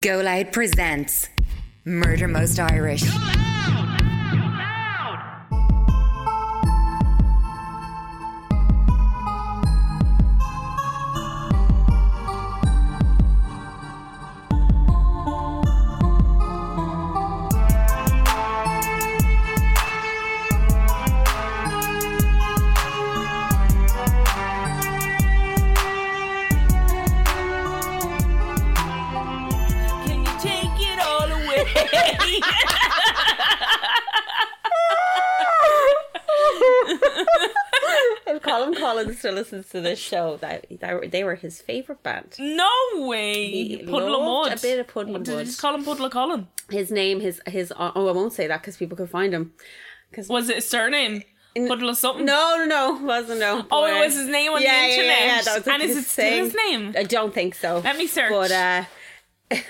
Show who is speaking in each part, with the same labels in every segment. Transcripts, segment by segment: Speaker 1: Go Loud presents Murder Most Irish.
Speaker 2: Can you take it all away?
Speaker 3: If Colin Collins still listens to this show, that, that they were his favorite band.
Speaker 2: no way.
Speaker 3: He
Speaker 2: Puddle of
Speaker 3: loved
Speaker 2: mud.
Speaker 3: a bit of Puddle of
Speaker 2: Did they
Speaker 3: Mud.
Speaker 2: just call him Puddle of Colin?
Speaker 3: His name, his his. Oh, I won't say that because people could find him. Because
Speaker 2: Was it a surname? Puddle of something?
Speaker 3: no, no, no, it wasn't no.
Speaker 2: Oh, it
Speaker 3: Boy.
Speaker 2: was his name on the internet. and is it still
Speaker 3: thing.
Speaker 2: his name?
Speaker 3: I don't think so.
Speaker 2: Let me search.
Speaker 3: But uh, it's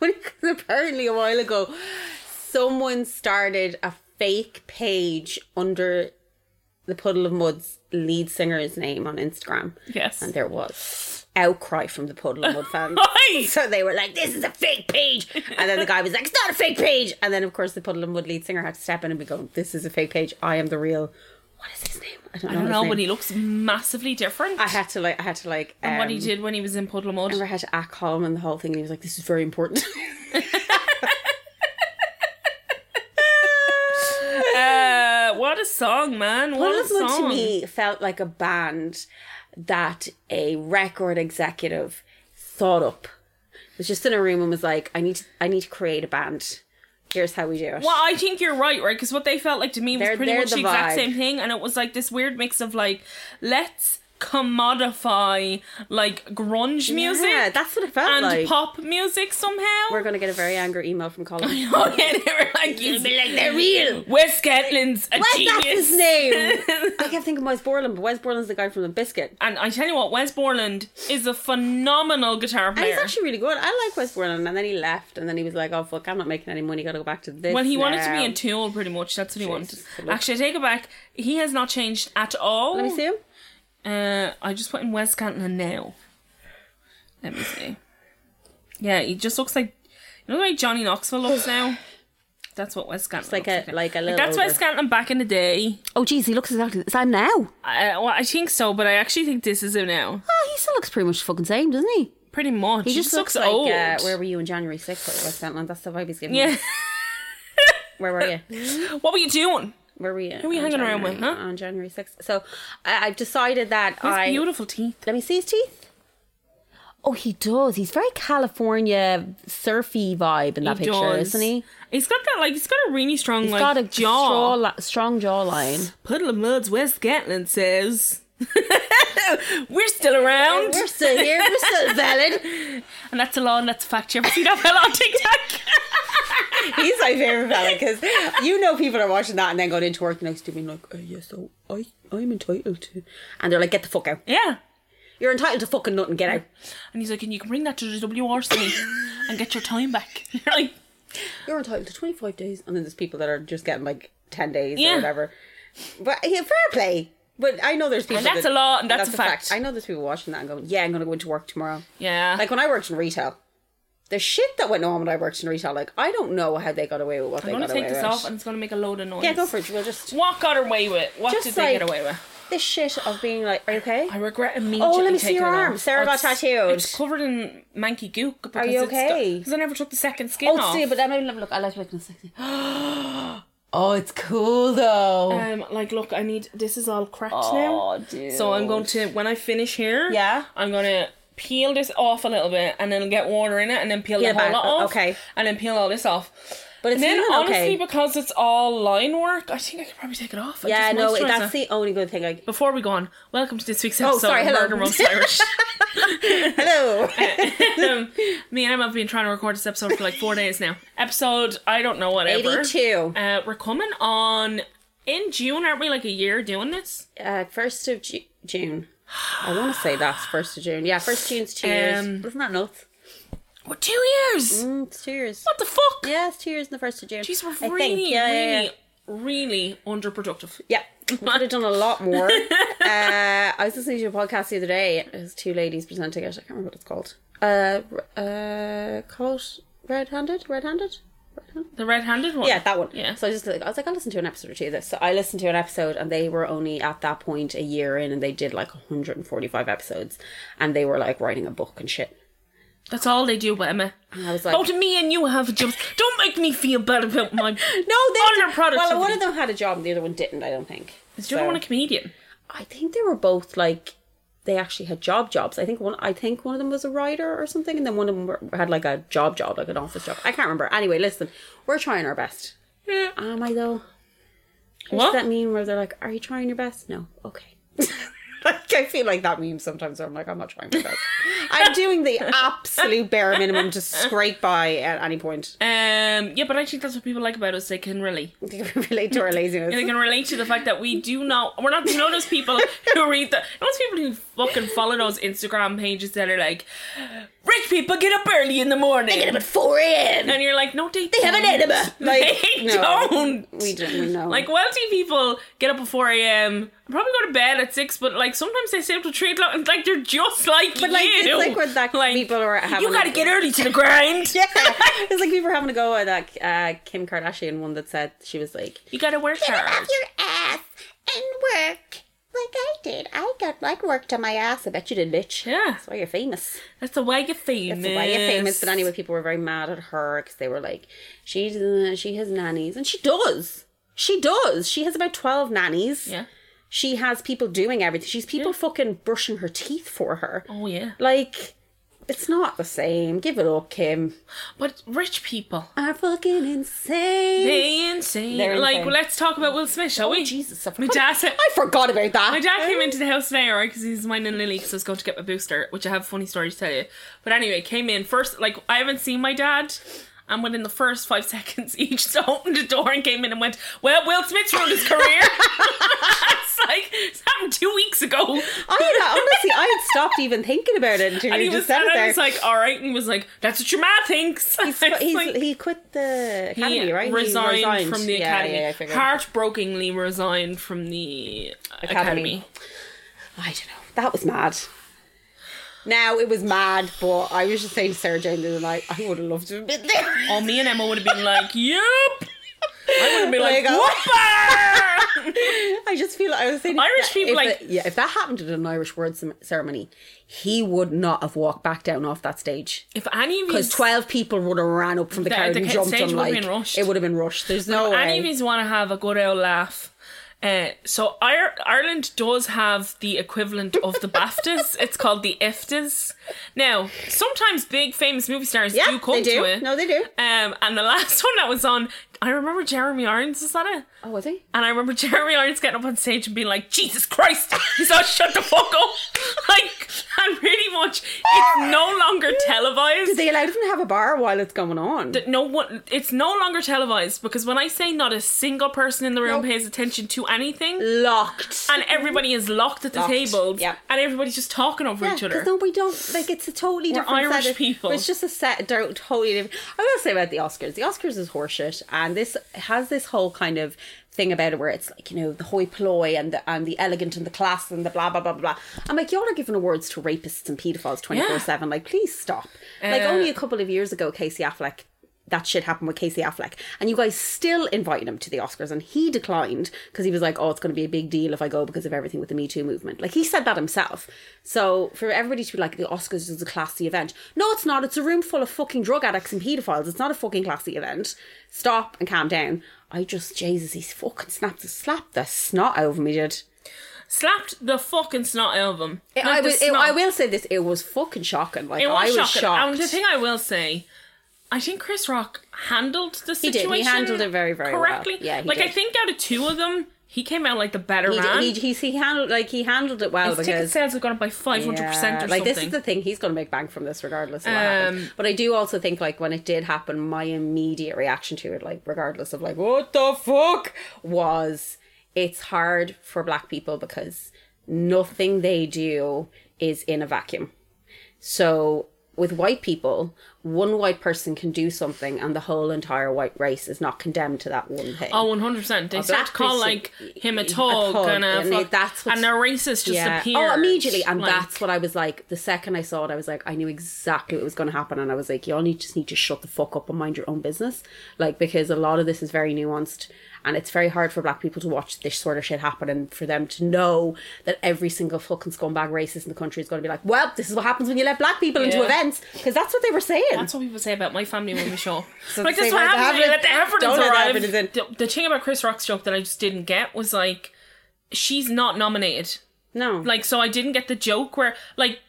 Speaker 3: funny because apparently a while ago, someone started a fake page under the Puddle of Mud's lead singer's name on Instagram.
Speaker 2: Yes.
Speaker 3: And there was outcry from the Puddle of Mud fans.
Speaker 2: Right.
Speaker 3: So they were like, this is a fake page. And then the guy was like, it's not a fake page. And then, of course, the Puddle of Mud lead singer had to step in and be going, this is a fake page. I am the real. What is his name? I don't know.
Speaker 2: I don't
Speaker 3: his
Speaker 2: know,
Speaker 3: name.
Speaker 2: but he looks massively different.
Speaker 3: I had to like, I had to like, um,
Speaker 2: what he did when he was in Puddle of
Speaker 3: I
Speaker 2: Mud.
Speaker 3: remember I had to act calm and the whole thing. And he was like, this is very important.
Speaker 2: Uh, what a song, man. What
Speaker 3: Puddle
Speaker 2: a
Speaker 3: of Mud to
Speaker 2: song.
Speaker 3: me felt like a band that a record executive thought up. Was just in a room and was like, I need, to, I need to create a band. Here's how we do it.
Speaker 2: Well, I think you're right, right? Because what they felt like to me was
Speaker 3: They're-
Speaker 2: pretty
Speaker 3: they're
Speaker 2: much the
Speaker 3: the
Speaker 2: exact
Speaker 3: vibe.
Speaker 2: same thing, and it was like this weird mix of like, let's commodify like grunge music
Speaker 3: Yeah, that's what it felt
Speaker 2: and
Speaker 3: like.
Speaker 2: pop music somehow.
Speaker 3: We're gonna get a very angry email from Colin.
Speaker 2: oh yeah, they were like, you
Speaker 3: be like, they're real.
Speaker 2: Wes Gatlin's a
Speaker 3: Wes,
Speaker 2: genius.
Speaker 3: that's his name. I kept thinking Wes Borland, but Wes Borland's the guy from the Biscuit.
Speaker 2: and I tell you what, Wes Borland is a phenomenal guitar
Speaker 3: And
Speaker 2: player.
Speaker 3: he's actually really good. I like Wes Borland, and then he left, and then he was like, "Oh fuck, I'm not making any money. Got to go back to this."
Speaker 2: well, he wanted to
Speaker 3: now."
Speaker 2: be in Tool, pretty much. That's what he
Speaker 3: Jesus,
Speaker 2: wanted.
Speaker 3: look.
Speaker 2: Actually, I take it back. He has not changed at all.
Speaker 3: Let me see him.
Speaker 2: Uh, I just put in Wes Cantlin now. Let me see. Yeah, he just looks like you know the way Johnny Knoxville looks now. That's what Wes Cantlin
Speaker 3: like
Speaker 2: looks
Speaker 3: a- like a little
Speaker 2: That's Wes
Speaker 3: older.
Speaker 2: Cantlin back in the day.
Speaker 3: Oh, geez, he looks exactly the same now.
Speaker 2: I, well, I think so, but I actually think this is him now.
Speaker 3: Oh, he still looks pretty much the fucking same, doesn't he?
Speaker 2: Pretty much.
Speaker 3: He just looks, like
Speaker 2: old.
Speaker 3: Uh, where were you in January 6th? Or Wes Borland? That's the vibe he's giving.
Speaker 2: yeah.
Speaker 3: Me. Where were you?
Speaker 2: what were you doing?
Speaker 3: Where were you? Who
Speaker 2: were you hanging around with, huh?
Speaker 3: On January 6th. So I, I've decided that
Speaker 2: His
Speaker 3: I
Speaker 2: beautiful teeth.
Speaker 3: Let me see his teeth. Oh, he does. He's very California surfy vibe in that
Speaker 2: He
Speaker 3: picture,
Speaker 2: does.
Speaker 3: isn't he?
Speaker 2: He's got that like he's got a really strong
Speaker 3: He's
Speaker 2: like
Speaker 3: got a
Speaker 2: jaw.
Speaker 3: jaw, strong jawline.
Speaker 2: Puddle of Muds, Wes Gatlin says. We're still around.
Speaker 3: We're still here. We're still valid.
Speaker 2: And that's a law and that's a fact. You ever see that fella on TikTok?
Speaker 3: He's my favorite valid because you know people are watching that and then going into work the next day being like, oh, yeah, so I I'm entitled to, and they're like, get the fuck out.
Speaker 2: yeah.
Speaker 3: You're entitled to fucking nothing. Get out.
Speaker 2: And he's like, and you can bring that to the WRC and get your time back. You're like,
Speaker 3: You're entitled to 25 days, and then there's people that are just getting like 10 days
Speaker 2: Yeah.
Speaker 3: or whatever. But yeah, fair play. But I know there's people.
Speaker 2: And that's
Speaker 3: that-
Speaker 2: a law and that's a fact.
Speaker 3: I know there's people watching that and going, "Yeah, I'm going to go into work tomorrow."
Speaker 2: yeah.
Speaker 3: Like when I worked in retail, the shit that went on when I worked in retail, like I don't know how they got away with what
Speaker 2: I'm
Speaker 3: they
Speaker 2: going
Speaker 3: got
Speaker 2: to
Speaker 3: away
Speaker 2: take this
Speaker 3: with.
Speaker 2: off and it's going to make a load of noise.
Speaker 3: yeah, go for it. We'll just
Speaker 2: What got away with? What
Speaker 3: Just
Speaker 2: did they get
Speaker 3: like-
Speaker 2: away with?
Speaker 3: this shit of being like, "Are you okay?
Speaker 2: I regret immediately.
Speaker 3: Oh, let me see
Speaker 2: taking
Speaker 3: your
Speaker 2: it
Speaker 3: arm.
Speaker 2: off.
Speaker 3: Sarah
Speaker 2: Oh,
Speaker 3: got
Speaker 2: it's-
Speaker 3: tattooed.
Speaker 2: It's covered in manky gook. Because
Speaker 3: you
Speaker 2: it's
Speaker 3: okay?
Speaker 2: Because I never took the second skin
Speaker 3: Oh,
Speaker 2: off.
Speaker 3: see, but I'm not look. I like to look in a second. Oh, it's cool though.
Speaker 2: um, like, look, I need. This is all cracked now.
Speaker 3: dude.
Speaker 2: So I'm going to when I finish here.
Speaker 3: Yeah.
Speaker 2: I'm gonna peel this off a little bit, and then get water in it, and then peel
Speaker 3: Peel
Speaker 2: the whole
Speaker 3: back,
Speaker 2: lot
Speaker 3: o-
Speaker 2: off.
Speaker 3: okay.
Speaker 2: And then peel all this off.
Speaker 3: But it's
Speaker 2: And then
Speaker 3: feeling
Speaker 2: honestly,
Speaker 3: okay.
Speaker 2: because it's all line work, I think I could probably take it off. and
Speaker 3: yeah,
Speaker 2: just
Speaker 3: no,
Speaker 2: moisturise
Speaker 3: that's
Speaker 2: it.
Speaker 3: the only good thing. I
Speaker 2: Before we go on, welcome to this week's episode
Speaker 3: Oh, sorry,
Speaker 2: of
Speaker 3: hello.
Speaker 2: Murder Most Irish.
Speaker 3: hello.
Speaker 2: um, me and Emma have been trying to record this episode for like four days now. Episode, I don't know, whatever.
Speaker 3: 82.
Speaker 2: Uh, we're coming on in June, aren't we? Like a year doing this?
Speaker 3: Uh, first of Ju- June. I want to say that's first of June. Yeah, first June's two years.
Speaker 2: Um,
Speaker 3: Isn't that nuts?
Speaker 2: We're two years.
Speaker 3: Mm, it's two years.
Speaker 2: What the fuck?
Speaker 3: Yeah, it's two years in the first of June.
Speaker 2: Jeez,
Speaker 3: I
Speaker 2: we're
Speaker 3: think.
Speaker 2: really,
Speaker 3: Yeah, yeah, yeah.
Speaker 2: really, really underproductive.
Speaker 3: Yeah, we could have done a lot more. uh, I was listening to a podcast the other day. It was two ladies presenting it. I can't remember what it's called. Uh, r- uh, cult, Red handed? Red handed?
Speaker 2: The red-handed one.
Speaker 3: Yeah, that one.
Speaker 2: Yeah.
Speaker 3: So I just like I was like, I'll listen to an episode or two of this. So I listened to an episode and they were only at that point a year in and they did like 145 episodes and they were like writing a book and shit.
Speaker 2: That's all they do, but Emma.
Speaker 3: I was like
Speaker 2: Both me and you have jobs. Don't make me feel bad about my.
Speaker 3: No, they
Speaker 2: All your productivity.
Speaker 3: Well, one of them had a job and the other one didn't, I don't think.
Speaker 2: Is your
Speaker 3: So-
Speaker 2: one a comedian?
Speaker 3: I think they were both like they actually had job jobs. I think one I think one of them was a writer or something, and then one of them were, had like a job job, like an office job. I can't remember. Anyway, listen, we're trying our best.
Speaker 2: Yeah.
Speaker 3: Am I though?
Speaker 2: What?
Speaker 3: Does that mean where they're like, "Are you trying your best?" No. Okay. like I feel like that meme sometimes. Where I'm like, I'm not trying my best. I'm doing the absolute bare minimum to scrape by at any point.
Speaker 2: Um, yeah, but I think that's what people like about us. They can really,
Speaker 3: They can relate to our laziness.
Speaker 2: they can relate to the fact that we do not. We're not you know those people who read the those people who fucking follow those Instagram pages that are like, rich people get up early in the morning.
Speaker 3: Get up at four a.m.
Speaker 2: and you're like, no, they
Speaker 3: They have an enema. Like,
Speaker 2: They
Speaker 3: no,
Speaker 2: don't.
Speaker 3: We don't. We know.
Speaker 2: Like wealthy people get up at four a.m. Probably go to bed at six, but like sometimes they stay up till three o'clock, and like they're just like
Speaker 3: But, like,
Speaker 2: you.
Speaker 3: it's like when that people are having
Speaker 2: you gotta
Speaker 3: a-
Speaker 2: get early to the grind.
Speaker 3: Yeah, it's like we were having a go at that uh, Kim Kardashian one that said she was like,
Speaker 2: You gotta work hard.
Speaker 3: your ass and work like I did. I got like worked on my ass. I bet you did, bitch.
Speaker 2: Yeah,
Speaker 3: That's why you're famous.
Speaker 2: that's the way you're famous.
Speaker 3: That's why you're famous. But anyway, people were very mad at her because they were like, she's uh, she has nannies, and she does. She does. She has about twelve nannies.
Speaker 2: Yeah.
Speaker 3: She has people doing everything. She's people fucking brushing her teeth for her.
Speaker 2: Oh yeah.
Speaker 3: Like, it's not the same. Give it up, Kim.
Speaker 2: But rich people,
Speaker 3: Are fucking insane.
Speaker 2: they insane.
Speaker 3: Mm. They're
Speaker 2: like,
Speaker 3: insane. Oh,
Speaker 2: let's talk about Will Smith, shall we?
Speaker 3: Jesus, I
Speaker 2: My
Speaker 3: forgot,
Speaker 2: dad said.
Speaker 3: I forgot about that.
Speaker 2: My dad came into the house today, right? Because he's mine and Lily, because I was going to get my booster, which I have a funny story to tell you. But anyway, came in first. Like I haven't seen my dad, and within the first five seconds, he just opened the door and came in and went, "Well, Will Smith's ruined his career." it's like it's happened two weeks ago.
Speaker 3: I had, honestly, I had stopped even thinking about it until
Speaker 2: And
Speaker 3: you
Speaker 2: he
Speaker 3: just
Speaker 2: was,
Speaker 3: said
Speaker 2: and
Speaker 3: it
Speaker 2: I
Speaker 3: there.
Speaker 2: was like, "All right," and he was like, "That's what your ma thinks." I was
Speaker 3: But he's,
Speaker 2: like-
Speaker 3: he quit the academy,
Speaker 2: He
Speaker 3: right? He
Speaker 2: Resigned, from the
Speaker 3: Yeah,
Speaker 2: academy.
Speaker 3: yeah, yeah, I figured.
Speaker 2: Heartbrokenly resigned from the academy.
Speaker 3: Academy. I don't know. That was mad. Now it was mad, but I was just saying to Sarah Jane the other night, I would have loved to have been there.
Speaker 2: Or Oh, me and Emma would have been like, "Yep." I would have been like,
Speaker 3: Like, oh.
Speaker 2: "Whooper!"
Speaker 3: I just feel like I was saying
Speaker 2: Irish
Speaker 3: that-
Speaker 2: people,
Speaker 3: if
Speaker 2: like-
Speaker 3: that- yeah, if that happened at an Irish word cem- ceremony, he would not have walked back down off that stage.
Speaker 2: if any of you,
Speaker 3: Because twelve people would have ran up from the
Speaker 2: The-
Speaker 3: crowd
Speaker 2: the
Speaker 3: and
Speaker 2: ca-
Speaker 3: jumped
Speaker 2: stage
Speaker 3: on
Speaker 2: would have
Speaker 3: like
Speaker 2: been rushed.
Speaker 3: it would have been rushed. There's no
Speaker 2: any
Speaker 3: way.
Speaker 2: of you want to have a good old laugh. Uh, so Ir- Ireland does have the equivalent of the BAFTAs. it's called the IFTAs. Now, sometimes big famous movie stars
Speaker 3: yeah,
Speaker 2: do come
Speaker 3: they do.
Speaker 2: to it.
Speaker 3: No, they do.
Speaker 2: Um, and the last one that was on, I remember Jeremy Irons was on it.
Speaker 3: Oh, was he?
Speaker 2: And I remember Jeremy Irons getting up on stage and being like, Jesus Christ, he's all shut the fuck up. Like, and pretty much, it's no longer televised.
Speaker 3: They allowed him to have a bar while it's going on.
Speaker 2: no one, it's no longer televised because when I say not a single person in the room
Speaker 3: Nope.
Speaker 2: pays attention to anything,
Speaker 3: Locked.
Speaker 2: and everybody is locked at the
Speaker 3: Locked.
Speaker 2: table,
Speaker 3: Yep.
Speaker 2: and everybody's just talking over each
Speaker 3: because
Speaker 2: other.
Speaker 3: no, we don't. Like, it's a totally
Speaker 2: We're
Speaker 3: different
Speaker 2: Irish
Speaker 3: set of,
Speaker 2: people.
Speaker 3: It's just a set, don't- totally different. I will say about the Oscars. The Oscars is horseshit, and this has this whole kind of thing about it where it's like you know the hoi polloi and the and the elegant and the class and the blah blah blah blah. I'm like, y'all are giving awards to rapists and paedophiles 24 seven. Like, please stop. like,
Speaker 2: Uh,
Speaker 3: only a couple of years ago, Casey Affleck. That shit happened with Casey Affleck, and you guys still invited him to the Oscars, and he declined because he was like, "Oh, it's going to be a big deal if I go because of everything with the Me Too movement." Like he said that himself. So for everybody to be like, "The Oscars is a classy event," no, it's not. It's a room full of fucking drug addicts and paedophiles. It's not a fucking classy event. Stop and calm down. I just Jesus, he's fucking snapped, slapped the snot out of me, did.
Speaker 2: Slapped the fucking snot out of him. Not
Speaker 3: I,
Speaker 2: the
Speaker 3: was, it, I
Speaker 2: snot.
Speaker 3: will say this: it was fucking shocking. Like
Speaker 2: It was,
Speaker 3: I was
Speaker 2: shocking.
Speaker 3: shocked.
Speaker 2: And the thing I will say, I think Chris Rock handled the
Speaker 3: did. He
Speaker 2: situation.
Speaker 3: handled it very, very well.
Speaker 2: correctly.
Speaker 3: Yeah, he
Speaker 2: like I
Speaker 3: did.
Speaker 2: think out of two of them, he came out like the better
Speaker 3: He,
Speaker 2: man.
Speaker 3: did, he, he, he handled like he handled it well
Speaker 2: His ticket
Speaker 3: because
Speaker 2: sales have gone up by five hundred percent
Speaker 3: Yeah,
Speaker 2: or
Speaker 3: like
Speaker 2: something.
Speaker 3: this is the thing he's going to make bank from this regardless of what happens
Speaker 2: Um,
Speaker 3: but i do also think like when it did happen my immediate reaction to it like regardless of like what the fuck was it's hard for black people because nothing they do is in a vacuum so with white people one white person can do something and the whole entire white race is not condemned to that one thing.
Speaker 2: Oh, 100%. They start
Speaker 3: black
Speaker 2: to call,
Speaker 3: person-
Speaker 2: like, him a
Speaker 3: a
Speaker 2: tug,
Speaker 3: thug,
Speaker 2: and, a
Speaker 3: and
Speaker 2: fuck,
Speaker 3: that's what-
Speaker 2: and their racist just appears.
Speaker 3: Oh, immediately. And
Speaker 2: like-
Speaker 3: that's what I was like. The second I saw it, I was like, I knew exactly what was going to happen. And I was like, you all need, just need to shut the fuck up and mind your own business. Like, because a lot of this is very nuanced. And it's very hard for black people to watch this sort of shit happen and for them to know that every single fucking scumbag racist in the country is going to be like, well, this is what happens when you let black people into
Speaker 2: Yeah.
Speaker 3: events. Because that's what they were saying.
Speaker 2: That's what people say about my family when we show. up.
Speaker 3: So
Speaker 2: like
Speaker 3: they
Speaker 2: that's
Speaker 3: say,
Speaker 2: what
Speaker 3: like, the
Speaker 2: happens. when you Let the
Speaker 3: Havilands-
Speaker 2: Havilands
Speaker 3: don't let the
Speaker 2: arrive.
Speaker 3: Havilands
Speaker 2: The, the thing about Chris Rock's joke that I just didn't get was like, she's not nominated.
Speaker 3: no.
Speaker 2: Like, so I didn't get the joke where like.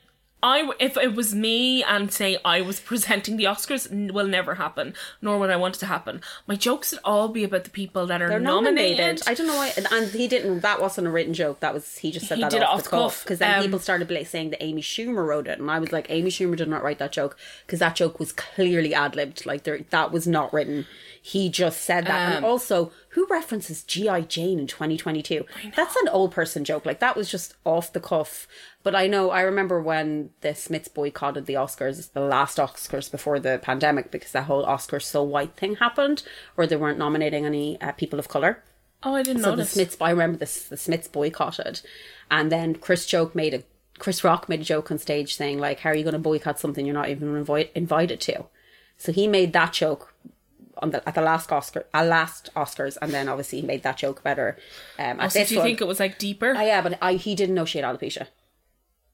Speaker 2: I, if it was me and say I was presenting the Oscars, n- will never happen, nor would I want it to happen. My jokes would all be about the people that are
Speaker 3: They're
Speaker 2: nominated.
Speaker 3: I don't know why, and, and he didn't. That wasn't a written joke. That was he just said
Speaker 2: He
Speaker 3: that
Speaker 2: did it
Speaker 3: off,
Speaker 2: off the
Speaker 3: the cuff
Speaker 2: cuff.
Speaker 3: because then
Speaker 2: Um,
Speaker 3: people started bla- saying that Amy Schumer wrote it, and I was like, Amy Schumer did not write that joke because that joke was clearly ad libbed. Like there, that was not written. He just said that,
Speaker 2: Um,
Speaker 3: and also who references GI Jane in 2022? That's an old person joke. Like that was just off the cuff. But I know I remember when the Smiths boycotted the Oscars, the last Oscars before the pandemic, because that whole Oscars so white thing happened, where they weren't nominating any uh, people of color.
Speaker 2: oh, I didn't
Speaker 3: So the
Speaker 2: notice.
Speaker 3: Smiths, I remember this. The Smiths boycotted, and then Chris joke made a Chris Rock made a joke on stage saying like, "How are you going to boycott something you're not even invite, invited to?" So he made that joke on the at the last Oscar, uh, last Oscars, and then obviously he made that joke better um, at
Speaker 2: Oh, so
Speaker 3: this
Speaker 2: do you
Speaker 3: one.
Speaker 2: think it was like deeper?
Speaker 3: Oh, yeah, but I he didn't know she had alopecia.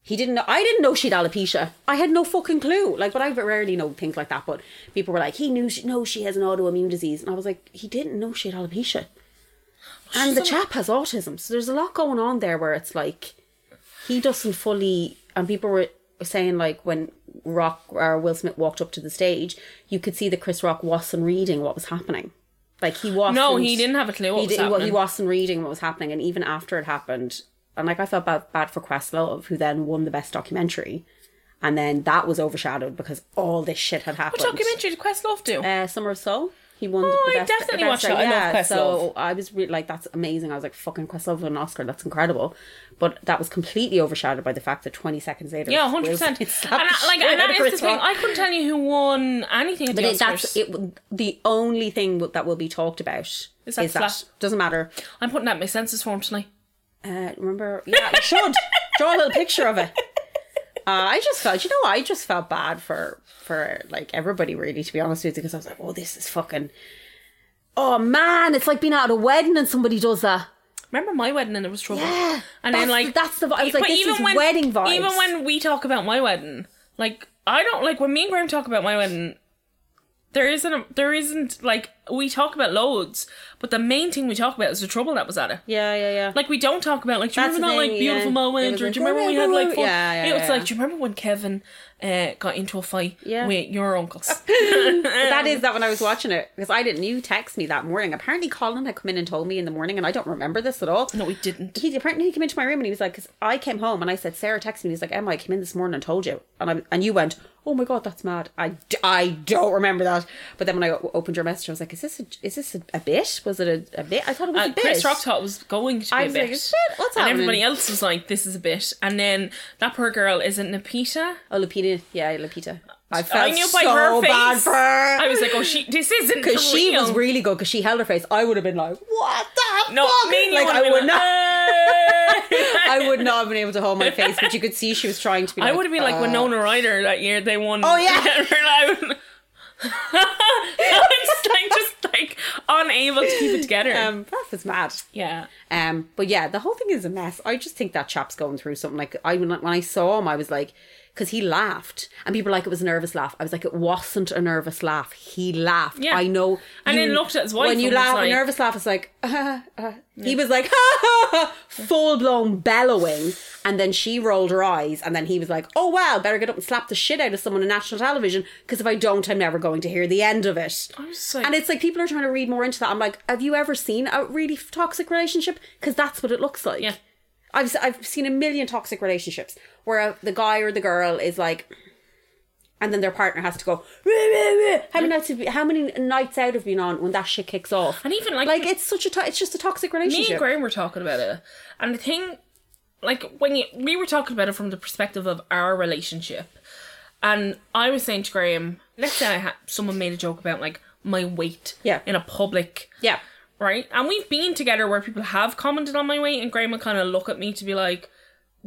Speaker 3: He didn't know. I didn't know she had alopecia. I had no fucking clue. Like, but I rarely know things like that. But people were like, he knew. She, no, she has an autoimmune disease, and I was like, he didn't know she had alopecia. And the chap has autism, so there's a lot going on there where it's like he doesn't fully. And people were saying like when Rock or Will Smith walked up to the stage, you could see that Chris Rock wasn't reading what was happening. Like he wasn't.
Speaker 2: no, he didn't have a clue what
Speaker 3: He,
Speaker 2: was
Speaker 3: did, he, wa- he
Speaker 2: happening.
Speaker 3: wasn't reading what was happening, and even after it happened, and like I felt bad, bad for Questlove, who then won the best documentary, and then that was overshadowed because all this shit had happened.
Speaker 2: What documentary did Questlove do?
Speaker 3: Uh, Summer of Soul. He won
Speaker 2: Oh,
Speaker 3: the
Speaker 2: I
Speaker 3: best.
Speaker 2: definitely watched
Speaker 3: best-
Speaker 2: it. I love
Speaker 3: yeah,
Speaker 2: Questlove.
Speaker 3: So I was really like, that's amazing. I was like, fucking Questlove won an Oscar. That's incredible. But that was completely overshadowed by the fact that 20 seconds later,
Speaker 2: Yeah,
Speaker 3: Will
Speaker 2: hundred percent. And
Speaker 3: Smith slapped
Speaker 2: I,
Speaker 3: the
Speaker 2: like,
Speaker 3: shit
Speaker 2: and
Speaker 3: out
Speaker 2: that
Speaker 3: of
Speaker 2: is
Speaker 3: Chris
Speaker 2: the thing.
Speaker 3: Rock.
Speaker 2: I couldn't tell you who won anything at
Speaker 3: But
Speaker 2: the
Speaker 3: it, that's
Speaker 2: Oscars.
Speaker 3: it. The only thing that will be talked about is
Speaker 2: that
Speaker 3: that,
Speaker 2: slap?
Speaker 3: doesn't matter.
Speaker 2: I'm putting out my census form tonight.
Speaker 3: Uh, remember? Yeah, you should draw a little picture of it. Uh, I just felt, you know, I just felt bad for for like everybody really, to be honest with you, because I was like, oh, this is fucking. Oh man, it's like being at a wedding and somebody does that.
Speaker 2: Remember my wedding and it was trouble.
Speaker 3: Yeah,
Speaker 2: and
Speaker 3: that's
Speaker 2: then
Speaker 3: the-
Speaker 2: like
Speaker 3: that's the vi- I was
Speaker 2: but
Speaker 3: like, this
Speaker 2: even
Speaker 3: is wedding vibes.
Speaker 2: Even when we talk about my wedding, like I don't like when me and Graham talk about my wedding. There isn't a, there isn't like we talk about loads, but the main thing we talk about is the trouble that was at it.
Speaker 3: Yeah, yeah, yeah.
Speaker 2: Like we don't talk about like do you
Speaker 3: That's
Speaker 2: remember
Speaker 3: the
Speaker 2: that like
Speaker 3: thing,
Speaker 2: beautiful
Speaker 3: yeah. It
Speaker 2: moment
Speaker 3: was
Speaker 2: or
Speaker 3: like,
Speaker 2: do you remember when we had like
Speaker 3: "Woo-woo-woo-woo."
Speaker 2: fun?
Speaker 3: Yeah, yeah,
Speaker 2: it was
Speaker 3: yeah, yeah.
Speaker 2: like do you remember when Kevin uh, got into a fight
Speaker 3: Yeah.
Speaker 2: with your uncles?
Speaker 3: But that is that when I was watching it because I didn't. You text me that morning. Apparently, Colin had come in and told me in the morning, and I don't remember this at all.
Speaker 2: no, we didn't.
Speaker 3: He apparently he came into my room and he was like, because I came home and I said Sarah texted me. He's like, Emma, I came in this morning and told you, and I and you went, oh my god, that's mad. I, d- I don't remember that. But then when I o- opened your message, I was like, is this a, is this a, a bit? Was it a, a bit? I thought it was
Speaker 2: Uh,
Speaker 3: a bit.
Speaker 2: Chris Rock thought it was going to be
Speaker 3: I
Speaker 2: a
Speaker 3: was
Speaker 2: bit.
Speaker 3: like, "Shit, what's
Speaker 2: and
Speaker 3: happening?"
Speaker 2: everybody else was like, this is a bit. And then that poor girl, is it Napita?
Speaker 3: oh, Lupita, yeah, Lupita. I felt
Speaker 2: I knew by
Speaker 3: so
Speaker 2: her face.
Speaker 3: bad for her.
Speaker 2: I was like, oh, she, this isn't
Speaker 3: because she
Speaker 2: real."
Speaker 3: was really good because she held her face. I would have been like, what the
Speaker 2: No,
Speaker 3: fuck?
Speaker 2: me and you
Speaker 3: like
Speaker 2: would've
Speaker 3: I
Speaker 2: been
Speaker 3: would
Speaker 2: like,
Speaker 3: not.
Speaker 2: "Eh."
Speaker 3: I would not have been able to hold my face, but you could see she was trying to be.
Speaker 2: I
Speaker 3: Like,
Speaker 2: would have been like
Speaker 3: uh,
Speaker 2: Winona Ryder that year. They won.
Speaker 3: Oh, yeah.
Speaker 2: We're like- just like just like unable to keep it together.
Speaker 3: Um, that was mad.
Speaker 2: yeah.
Speaker 3: Um, but yeah, the whole thing is a mess. I just think that chap's going through something. Like I when I saw him, I was like, because he laughed, and people were like it was a nervous laugh. I was like, it wasn't a nervous laugh. He laughed.
Speaker 2: Yeah.
Speaker 3: I know.
Speaker 2: And then looked at his wife
Speaker 3: When you
Speaker 2: and was
Speaker 3: laugh,
Speaker 2: like-
Speaker 3: a nervous laugh is like. uh, He was like, ha, ha, ha, full blown bellowing, and then she rolled her eyes, and then he was like, oh wow, better get up and slap the shit out of someone on national television, because if I don't, I'm never going to hear the end of it.
Speaker 2: I was just like-
Speaker 3: and it's like people are trying to read more into that. I'm like, have you ever seen a really f- toxic relationship? Because that's what it looks like.
Speaker 2: Yeah.
Speaker 3: I've s- I've seen a million toxic relationships where uh, the guy or the girl is like, and then their partner has to go. "Wah, wah, wah." How many nights have you, how many nights out have you been on when that shit kicks off?
Speaker 2: And even, like-
Speaker 3: like it's such a to- it's just a toxic
Speaker 2: me and
Speaker 3: relationship.
Speaker 2: Graham were talking about it, and the thing, like when you, we were talking about it from the perspective of our relationship, And I was saying to Graham, let's say I had someone made a joke about like my weight
Speaker 3: Yeah.
Speaker 2: in a public
Speaker 3: Yeah.
Speaker 2: right? And we've been together where people have commented on my weight, and Graham will kind of look at me to be like,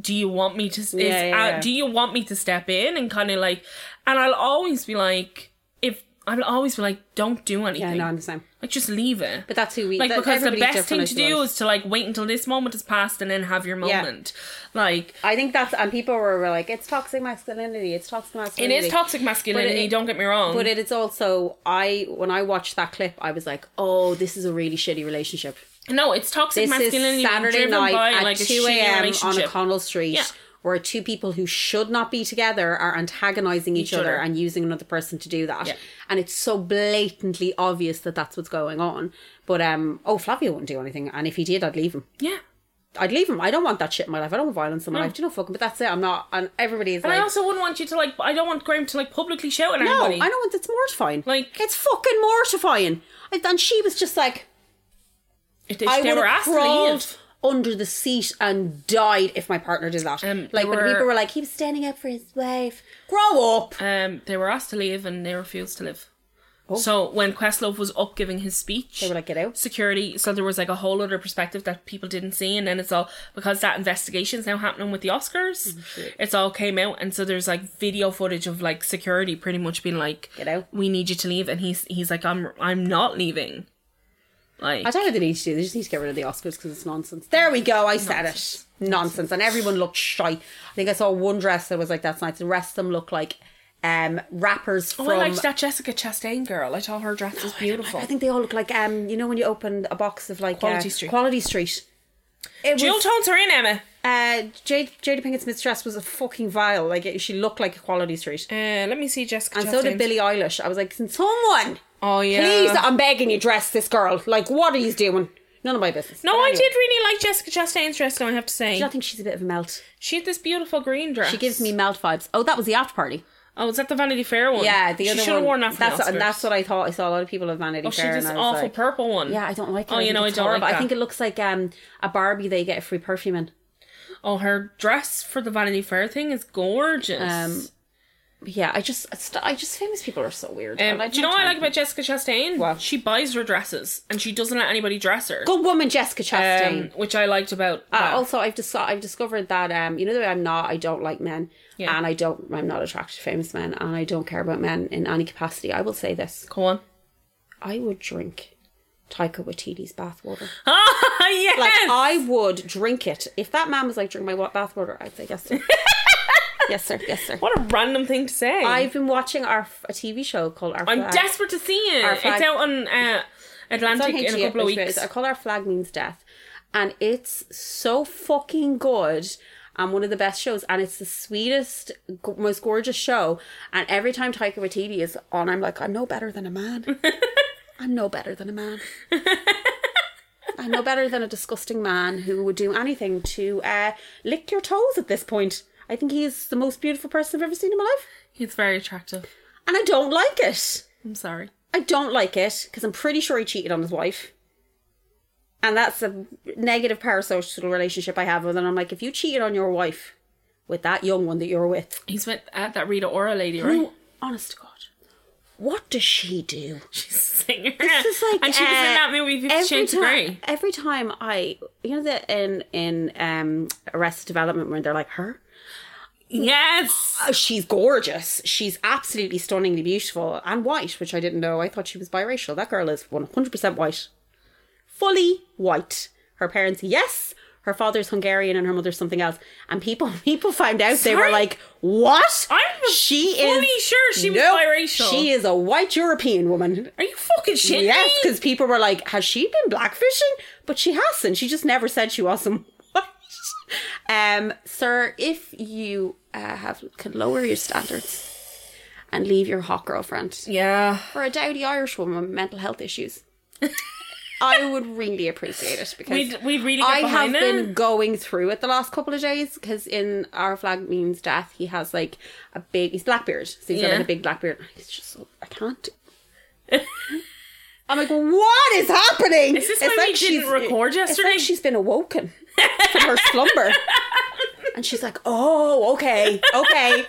Speaker 2: "Do you want me to? Is,
Speaker 3: Yeah, yeah,
Speaker 2: uh,
Speaker 3: yeah.
Speaker 2: Do you want me to step in?" And kind of like, and I'll always be like, if I'll always be like, "Don't do
Speaker 3: Yeah,
Speaker 2: anything.
Speaker 3: no, I'm the same.
Speaker 2: like just leave it."
Speaker 3: But that's who we
Speaker 2: like
Speaker 3: that-
Speaker 2: because the
Speaker 3: everybody's
Speaker 2: best thing
Speaker 3: different, I
Speaker 2: to do
Speaker 3: suppose.
Speaker 2: is to like wait until this moment has passed and then have your
Speaker 3: Yeah.
Speaker 2: moment. Like
Speaker 3: I think that's and people were, were like, it's toxic masculinity. It's toxic
Speaker 2: it
Speaker 3: masculinity.
Speaker 2: is toxic masculinity. don't get me wrong.
Speaker 3: But it is also I when I watched that clip, I was like, oh, this is a really shitty relationship.
Speaker 2: no, it's toxic
Speaker 3: This
Speaker 2: masculinity
Speaker 3: is
Speaker 2: being
Speaker 3: Saturday
Speaker 2: driven
Speaker 3: night
Speaker 2: by
Speaker 3: at
Speaker 2: like a
Speaker 3: two
Speaker 2: shitty
Speaker 3: a.m. on
Speaker 2: relationship.
Speaker 3: O'Connell Street.
Speaker 2: Yeah.
Speaker 3: Where two people who should not be together are antagonizing each,
Speaker 2: Each
Speaker 3: other.
Speaker 2: other.
Speaker 3: and using another person to do that,
Speaker 2: Yeah.
Speaker 3: and it's so blatantly obvious that that's what's going on. But um, oh, Flavio wouldn't do anything, and if he did, I'd leave him.
Speaker 2: yeah.
Speaker 3: I'd leave him. I don't want that shit in my life. I don't want violence in my life. Do you know fucking? But that's it. I'm not. And everybody's
Speaker 2: And
Speaker 3: like,
Speaker 2: I also wouldn't want you to like. I don't want Graham to like publicly shout at
Speaker 3: no, I
Speaker 2: anybody.
Speaker 3: don't want. It's mortifying.
Speaker 2: Like-
Speaker 3: it's fucking mortifying. And- And she was just like,
Speaker 2: If they,
Speaker 3: I
Speaker 2: if they
Speaker 3: would
Speaker 2: were
Speaker 3: have
Speaker 2: asked to leave.
Speaker 3: crawled under the seat and died if my partner did that.
Speaker 2: Um, they
Speaker 3: like when
Speaker 2: were-
Speaker 3: people were like, he was standing up for his wife. Grow up.
Speaker 2: Um, they were asked to leave and they refused to leave. So when Questlove was up giving his speech,
Speaker 3: Oh. They were like, get out.
Speaker 2: security. So there was like a whole other perspective that people didn't see, and then it's all because that investigation's now happening with the Oscars.
Speaker 3: Oh,
Speaker 2: it's all came out, and so there's like video footage of like security pretty much being like,
Speaker 3: Get out.
Speaker 2: we need you to leave," and he's he's like, "I'm I'm not leaving." Like
Speaker 3: I don't know what they need to do. They just need to get rid of the Oscars because it's nonsense. There we go. I said it. Nonsense. And everyone looked shy. I think I saw one dress that was like that's nice. The rest of them look like um rappers from.
Speaker 2: oh, I liked that Jessica Chastain girl. I thought her dress was beautiful.
Speaker 3: I think they all look like um you know when you open a box of like
Speaker 2: Quality
Speaker 3: uh,
Speaker 2: Street.
Speaker 3: Quality Street. It
Speaker 2: Jill
Speaker 3: was,
Speaker 2: tones her in Emma.
Speaker 3: uh, Jade, Jada Pinkett Smith's dress was a fucking vile. Like it, she looked like a Quality Street.
Speaker 2: Uh, let me see Jessica.
Speaker 3: And so did
Speaker 2: Chastain's-
Speaker 3: Billie Eilish. I was like, "Can someone,
Speaker 2: Oh yeah.
Speaker 3: please, I'm begging you, dress this girl. Like, what are you doing? None of my business.
Speaker 2: No,
Speaker 3: But
Speaker 2: I
Speaker 3: anyway.
Speaker 2: did really like Jessica Chastain's dress, though, I have to say.
Speaker 3: Do you not think she's a bit of a melt?
Speaker 2: She had this beautiful green dress.
Speaker 3: She gives me melt vibes. Oh, that was the after party.
Speaker 2: Oh, was that the Vanity Fair one?
Speaker 3: Yeah, the
Speaker 2: she
Speaker 3: other
Speaker 2: should have worn
Speaker 3: one.
Speaker 2: that for
Speaker 3: that's
Speaker 2: the Oscars.
Speaker 3: that's what I thought. I saw a lot of people at Vanity
Speaker 2: Oh, she
Speaker 3: Fair.
Speaker 2: had this
Speaker 3: and I was
Speaker 2: awful
Speaker 3: like,
Speaker 2: purple one.
Speaker 3: Yeah, I don't like it.
Speaker 2: Oh,
Speaker 3: I
Speaker 2: you
Speaker 3: think
Speaker 2: know, I
Speaker 3: it's
Speaker 2: don't
Speaker 3: horrible.
Speaker 2: like
Speaker 3: I
Speaker 2: that.
Speaker 3: think it looks like um a Barbie they get a free perfume in.
Speaker 2: Oh, her dress for the Vanity Fair thing is gorgeous.
Speaker 3: Um, But yeah, I just it's- I just famous people are so weird.
Speaker 2: Um,
Speaker 3: and I
Speaker 2: do you know
Speaker 3: don't
Speaker 2: what I like about Jessica Chastain?
Speaker 3: What?
Speaker 2: She buys her dresses and she doesn't let anybody dress her.
Speaker 3: good woman Jessica Chastain?
Speaker 2: Um, which I liked about.
Speaker 3: Uh,
Speaker 2: that.
Speaker 3: also, I've dis- I've discovered that um, you know the way I'm not. I don't like men,
Speaker 2: Yeah.
Speaker 3: and I don't. I'm not attracted to famous men, and I don't care about men in any capacity. I will say this:
Speaker 2: Go on.
Speaker 3: I would drink Taika Waititi's bathwater.
Speaker 2: Ah, yes!
Speaker 3: Like I would drink it if that man was like, "Drink my wa- bathwater," I'd say, "Yes, sir. yes, sir. Yes, sir."
Speaker 2: what a random thing to say.
Speaker 3: I've been watching our f- a TV show called Our
Speaker 2: I'm
Speaker 3: Flag.
Speaker 2: desperate to see
Speaker 3: Our
Speaker 2: it. It's
Speaker 3: flag-
Speaker 2: out on uh,
Speaker 3: It's on
Speaker 2: Atlantic in a
Speaker 3: HBO,
Speaker 2: couple of
Speaker 3: HBO.
Speaker 2: weeks.
Speaker 3: It's called Our Flag Means Death, and it's so fucking good. And one of the best shows, and it's the sweetest, g- most gorgeous show. And every time Taika Waititi is on, I'm like, I'm no better than a man. I'm no better than a man. I'm no better than a disgusting man who would do anything to uh, lick your toes at this point. I think he is the most beautiful person I've ever seen in my life,
Speaker 2: It's very attractive.
Speaker 3: and I don't like it.
Speaker 2: I'm sorry.
Speaker 3: I don't like it because I'm pretty sure he cheated on his wife. And that's a negative parasocial relationship I have with. And I'm like, if you cheated on your wife with that young one that you're with,
Speaker 2: He's with uh, that Rita Ora lady, right?
Speaker 3: who, honest to God, what does she do?
Speaker 2: She's a singer.
Speaker 3: This is like,
Speaker 2: and she was in
Speaker 3: uh,
Speaker 2: that movie Fifty Shades
Speaker 3: time,
Speaker 2: of Grey.
Speaker 3: Every time I, you know, that in in um, Arrested Development when they're like her,
Speaker 2: Yes.
Speaker 3: Uh, she's gorgeous. She's absolutely stunningly beautiful and white, which I didn't know. I thought she was biracial. That girl is 100% white. Fully white. Her parents, yes. Her father's Hungarian and her mother's something else. And people people found out they were
Speaker 2: Sorry?
Speaker 3: like, "What?
Speaker 2: I'm fully sure she was biracial.
Speaker 3: She is a white European woman."
Speaker 2: Are you fucking shitting
Speaker 3: Yes,
Speaker 2: me?
Speaker 3: because people were like, "Has she been blackfishing?" But she hasn't. She just never said she wasn't white. um, sir, if you uh, have can lower your standards and leave your hot girlfriend
Speaker 2: Yeah.
Speaker 3: for a dowdy Irish woman with mental health issues, I would really appreciate it because
Speaker 2: We'd, we'd really get
Speaker 3: I have
Speaker 2: behind it.
Speaker 3: been going through it the last couple of days because in Our Flag Means Death, he has like a big, he's Blackbeard. So he's got like
Speaker 2: Yeah.
Speaker 3: a big Blackbeard. It's just, so- I can't. do- I'm like, what is happening?
Speaker 2: Is this why we didn't
Speaker 3: she's-
Speaker 2: record
Speaker 3: It's
Speaker 2: yesterday?
Speaker 3: like she's been awoken from her slumber. and she's like, oh, okay, okay.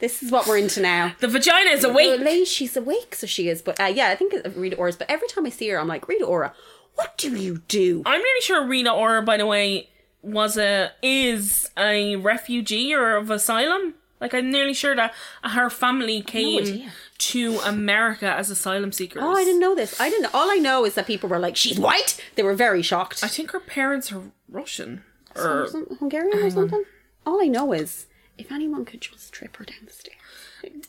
Speaker 3: This is what we're into now.
Speaker 2: The vagina is
Speaker 3: Well,
Speaker 2: awake.
Speaker 3: Elaine, she's awake, so she is. But uh, yeah, I think of Rita Ora's. But every time I see her, I'm like, Rita Ora, what do you do?
Speaker 2: I'm really sure Rita Ora, by the way, was a is a refugee or of asylum. Like I'm nearly sure that her family came
Speaker 3: idea.
Speaker 2: to America as asylum seekers.
Speaker 3: Oh, I didn't know this. I didn't. All I know is that people were like, "She's white." They were very shocked.
Speaker 2: I think her parents are Russian. Or
Speaker 3: Some- Hungarian or something. All I know is if anyone could just trip her down the stairs.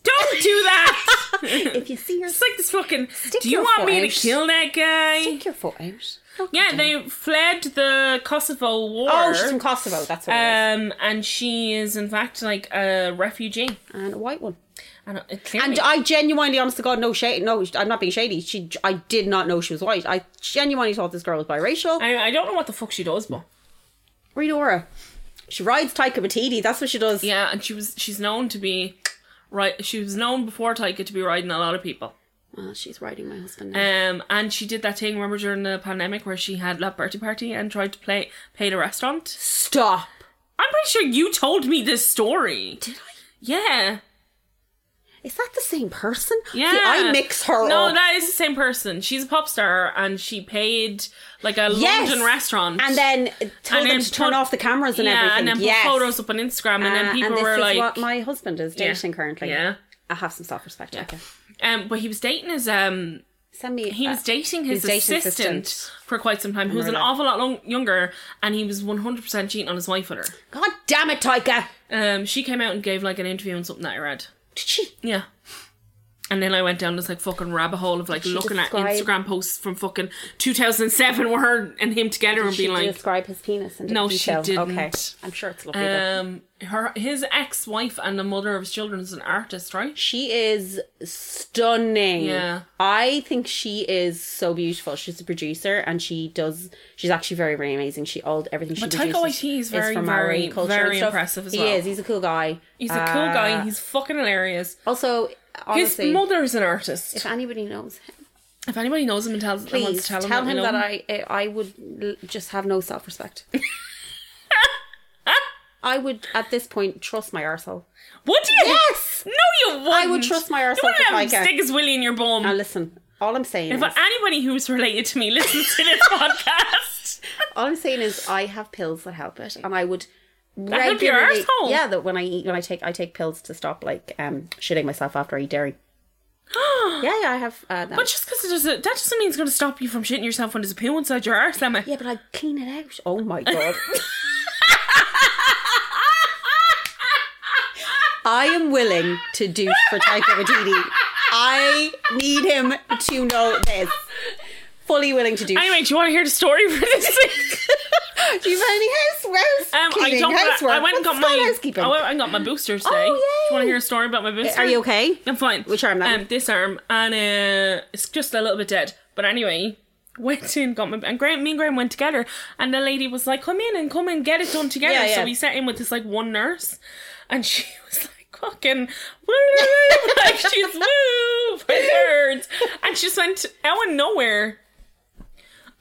Speaker 2: don't do that.
Speaker 3: If you see her,
Speaker 2: it's like this fucking. do you
Speaker 3: your
Speaker 2: want me to
Speaker 3: foot out.
Speaker 2: kill that guy?
Speaker 3: stick your foot out.
Speaker 2: yeah, they fled the Kosovo war.
Speaker 3: Oh, she's from Kosovo. That's what it is.
Speaker 2: Um, and she is in fact like a refugee,
Speaker 3: And a white one.
Speaker 2: and it clearly,
Speaker 3: And I genuinely, honest to God, no shade. No, I'm not being shady. She, I did not know she was white. I genuinely thought this girl was biracial.
Speaker 2: I, I don't know what the fuck she does, but
Speaker 3: Read Aura. She rides Taika Waititi. That's what she does.
Speaker 2: yeah, and she was she's known to be right. She was known before Taika to be riding a lot of people.
Speaker 3: Well, she's riding my husband now.
Speaker 2: Um, and she did that thing remember during the pandemic where she had that birthday party and tried to play pay the restaurant.
Speaker 3: Stop.
Speaker 2: I'm pretty sure you told me this story.
Speaker 3: Did I?
Speaker 2: Yeah,
Speaker 3: Is that the same person? See,
Speaker 2: yeah.
Speaker 3: I mix her
Speaker 2: No,
Speaker 3: up.
Speaker 2: that is the same person. She's a pop star, and she paid like a
Speaker 3: Yes.
Speaker 2: London restaurant,
Speaker 3: And then told
Speaker 2: And
Speaker 3: them
Speaker 2: then
Speaker 3: to turn
Speaker 2: put-
Speaker 3: off the cameras and
Speaker 2: yeah,
Speaker 3: everything.
Speaker 2: and then
Speaker 3: yes.
Speaker 2: put photos up on Instagram, and
Speaker 3: Uh,
Speaker 2: then people
Speaker 3: this
Speaker 2: were
Speaker 3: is
Speaker 2: like,
Speaker 3: what my husband is dating currently.
Speaker 2: yeah.
Speaker 3: I have some self respect. Okay.
Speaker 2: Um, but he was dating his um,
Speaker 3: Send me.
Speaker 2: he was
Speaker 3: uh,
Speaker 2: dating his
Speaker 3: his dating
Speaker 2: assistant,
Speaker 3: assistant.
Speaker 2: for quite some time, who was an
Speaker 3: Murder.
Speaker 2: awful lot long, younger, and he was one hundred percent cheating on his wife with her.
Speaker 3: God damn it, Taika.
Speaker 2: Um, she came out and gave like an interview on something that I read.
Speaker 3: Did she?
Speaker 2: Yeah. And then I went down this like fucking rabbit hole of like
Speaker 3: she
Speaker 2: looking at
Speaker 3: describe-
Speaker 2: Instagram posts from fucking 2007 where her and him together and
Speaker 3: she
Speaker 2: being like,
Speaker 3: describe his penis? In
Speaker 2: No, she
Speaker 3: detail. Okay.
Speaker 2: didn't.
Speaker 3: I'm sure it's lovely. though.
Speaker 2: um, her his ex wife and the mother of his children is an artist, right?
Speaker 3: She is stunning.
Speaker 2: Yeah.
Speaker 3: I think she is so beautiful. She's a producer and she does she's actually very, very amazing. She all everything she
Speaker 2: But Taika
Speaker 3: produces.
Speaker 2: Waititi is very,
Speaker 3: from
Speaker 2: very,
Speaker 3: Maori culture
Speaker 2: very
Speaker 3: and stuff.
Speaker 2: impressive as
Speaker 3: he
Speaker 2: well.
Speaker 3: is, he's a cool guy. Uh,
Speaker 2: He's a cool guy. He's fucking hilarious.
Speaker 3: also
Speaker 2: His
Speaker 3: Uh, honestly
Speaker 2: mother is an artist.
Speaker 3: if anybody knows him,
Speaker 2: If anybody knows him and tells and wants
Speaker 3: please
Speaker 2: to tell him,
Speaker 3: him
Speaker 2: we
Speaker 3: that
Speaker 2: know
Speaker 3: I eh, I would l- just have no self respect. I would at this point trust my arsehole.
Speaker 2: would you?
Speaker 3: Yes!
Speaker 2: No, you wouldn't. I
Speaker 3: would trust my arsehole
Speaker 2: You wouldn't
Speaker 3: if
Speaker 2: let
Speaker 3: I
Speaker 2: him
Speaker 3: can.
Speaker 2: stick his willy in your bum.
Speaker 3: Now listen, all I'm saying
Speaker 2: If
Speaker 3: is
Speaker 2: anybody who's related to me listens to this podcast,
Speaker 3: All I'm saying is I have pills that help it, and I would
Speaker 2: help your
Speaker 3: regularly-
Speaker 2: arsehole.
Speaker 3: Yeah, that when I eat, when I take, I take pills to stop like um shitting myself after I eat dairy. yeah, yeah, I have. Uh, that.
Speaker 2: but just because it doesn't, that doesn't mean it's going to stop you from shitting yourself when there's a poo inside your arse, Emma.
Speaker 3: yeah, but I clean it out. Oh my god. I am willing to douche for Taika Waititi. I need him to know this. Fully willing to douche.
Speaker 2: Anyway, do you want to hear the story for this week?
Speaker 3: Do you have any housework?
Speaker 2: Um, I
Speaker 3: cleaning,
Speaker 2: don't.
Speaker 3: housework?
Speaker 2: I went and got
Speaker 3: What's called
Speaker 2: my.
Speaker 3: housekeeping? Oh,
Speaker 2: I went and got my booster today. Do
Speaker 3: yay.
Speaker 2: you want to hear a story about my booster?
Speaker 3: Are you okay?
Speaker 2: I'm fine.
Speaker 3: Which arm now?
Speaker 2: Um, this arm, and uh, it's just a little bit dead. But anyway, went in, got my and Graham. Me and Graham went together, and the lady was like, "Come in and come and get it done together."
Speaker 3: Yeah,
Speaker 2: So
Speaker 3: yeah.
Speaker 2: we sat in with this like one nurse, and she was like. Fucking like she's woo for nerds, and she just went out of nowhere.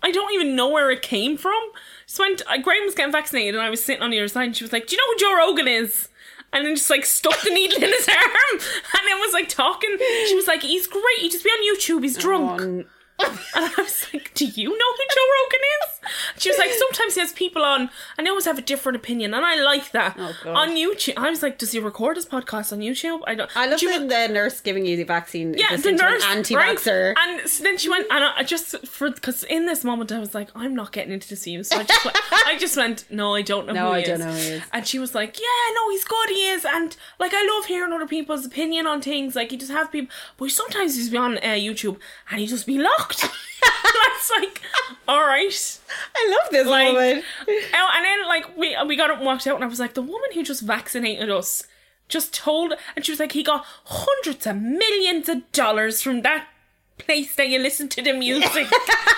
Speaker 2: I don't even know where it came from. Just went. Uh, Graham was getting vaccinated, and I was sitting on the other side, and she was like, "Do you know who Joe Rogan is?" and then just like stuck the needle in his arm and then was like talking. She was like, He's great, he just be on YouTube, he's drunk.
Speaker 3: On-
Speaker 2: And I was like, Do you know who Joe Rogan is? She was like, Sometimes he has people on and they always have a different opinion and I like that.
Speaker 3: Oh, God.
Speaker 2: on YouTube I was like, Does he record his podcast on YouTube? I don't
Speaker 3: I love
Speaker 2: Do you-
Speaker 3: when the nurse giving you the vaccine. is
Speaker 2: yeah, the
Speaker 3: listening to an
Speaker 2: nurse,
Speaker 3: anti-vaxer.
Speaker 2: right? And so then she went, and I I just for because in this moment I was like, I'm not getting into this you. So I just went, I just went, no, I don't know.
Speaker 3: No,
Speaker 2: who
Speaker 3: I
Speaker 2: he
Speaker 3: don't
Speaker 2: is.
Speaker 3: know who he is.
Speaker 2: And she was like, yeah, no, he's good, he is, and like I love hearing other people's opinion on things. Like you just have people, but sometimes he's on uh, YouTube and he just be locked. and I was like, all right.
Speaker 3: I love this
Speaker 2: Like,
Speaker 3: woman.
Speaker 2: Oh, and then like we we got up and walked out, and I was like, the woman who just vaccinated us just told, and she was like, he got hundreds of millions of dollars from that place that you listen to the music.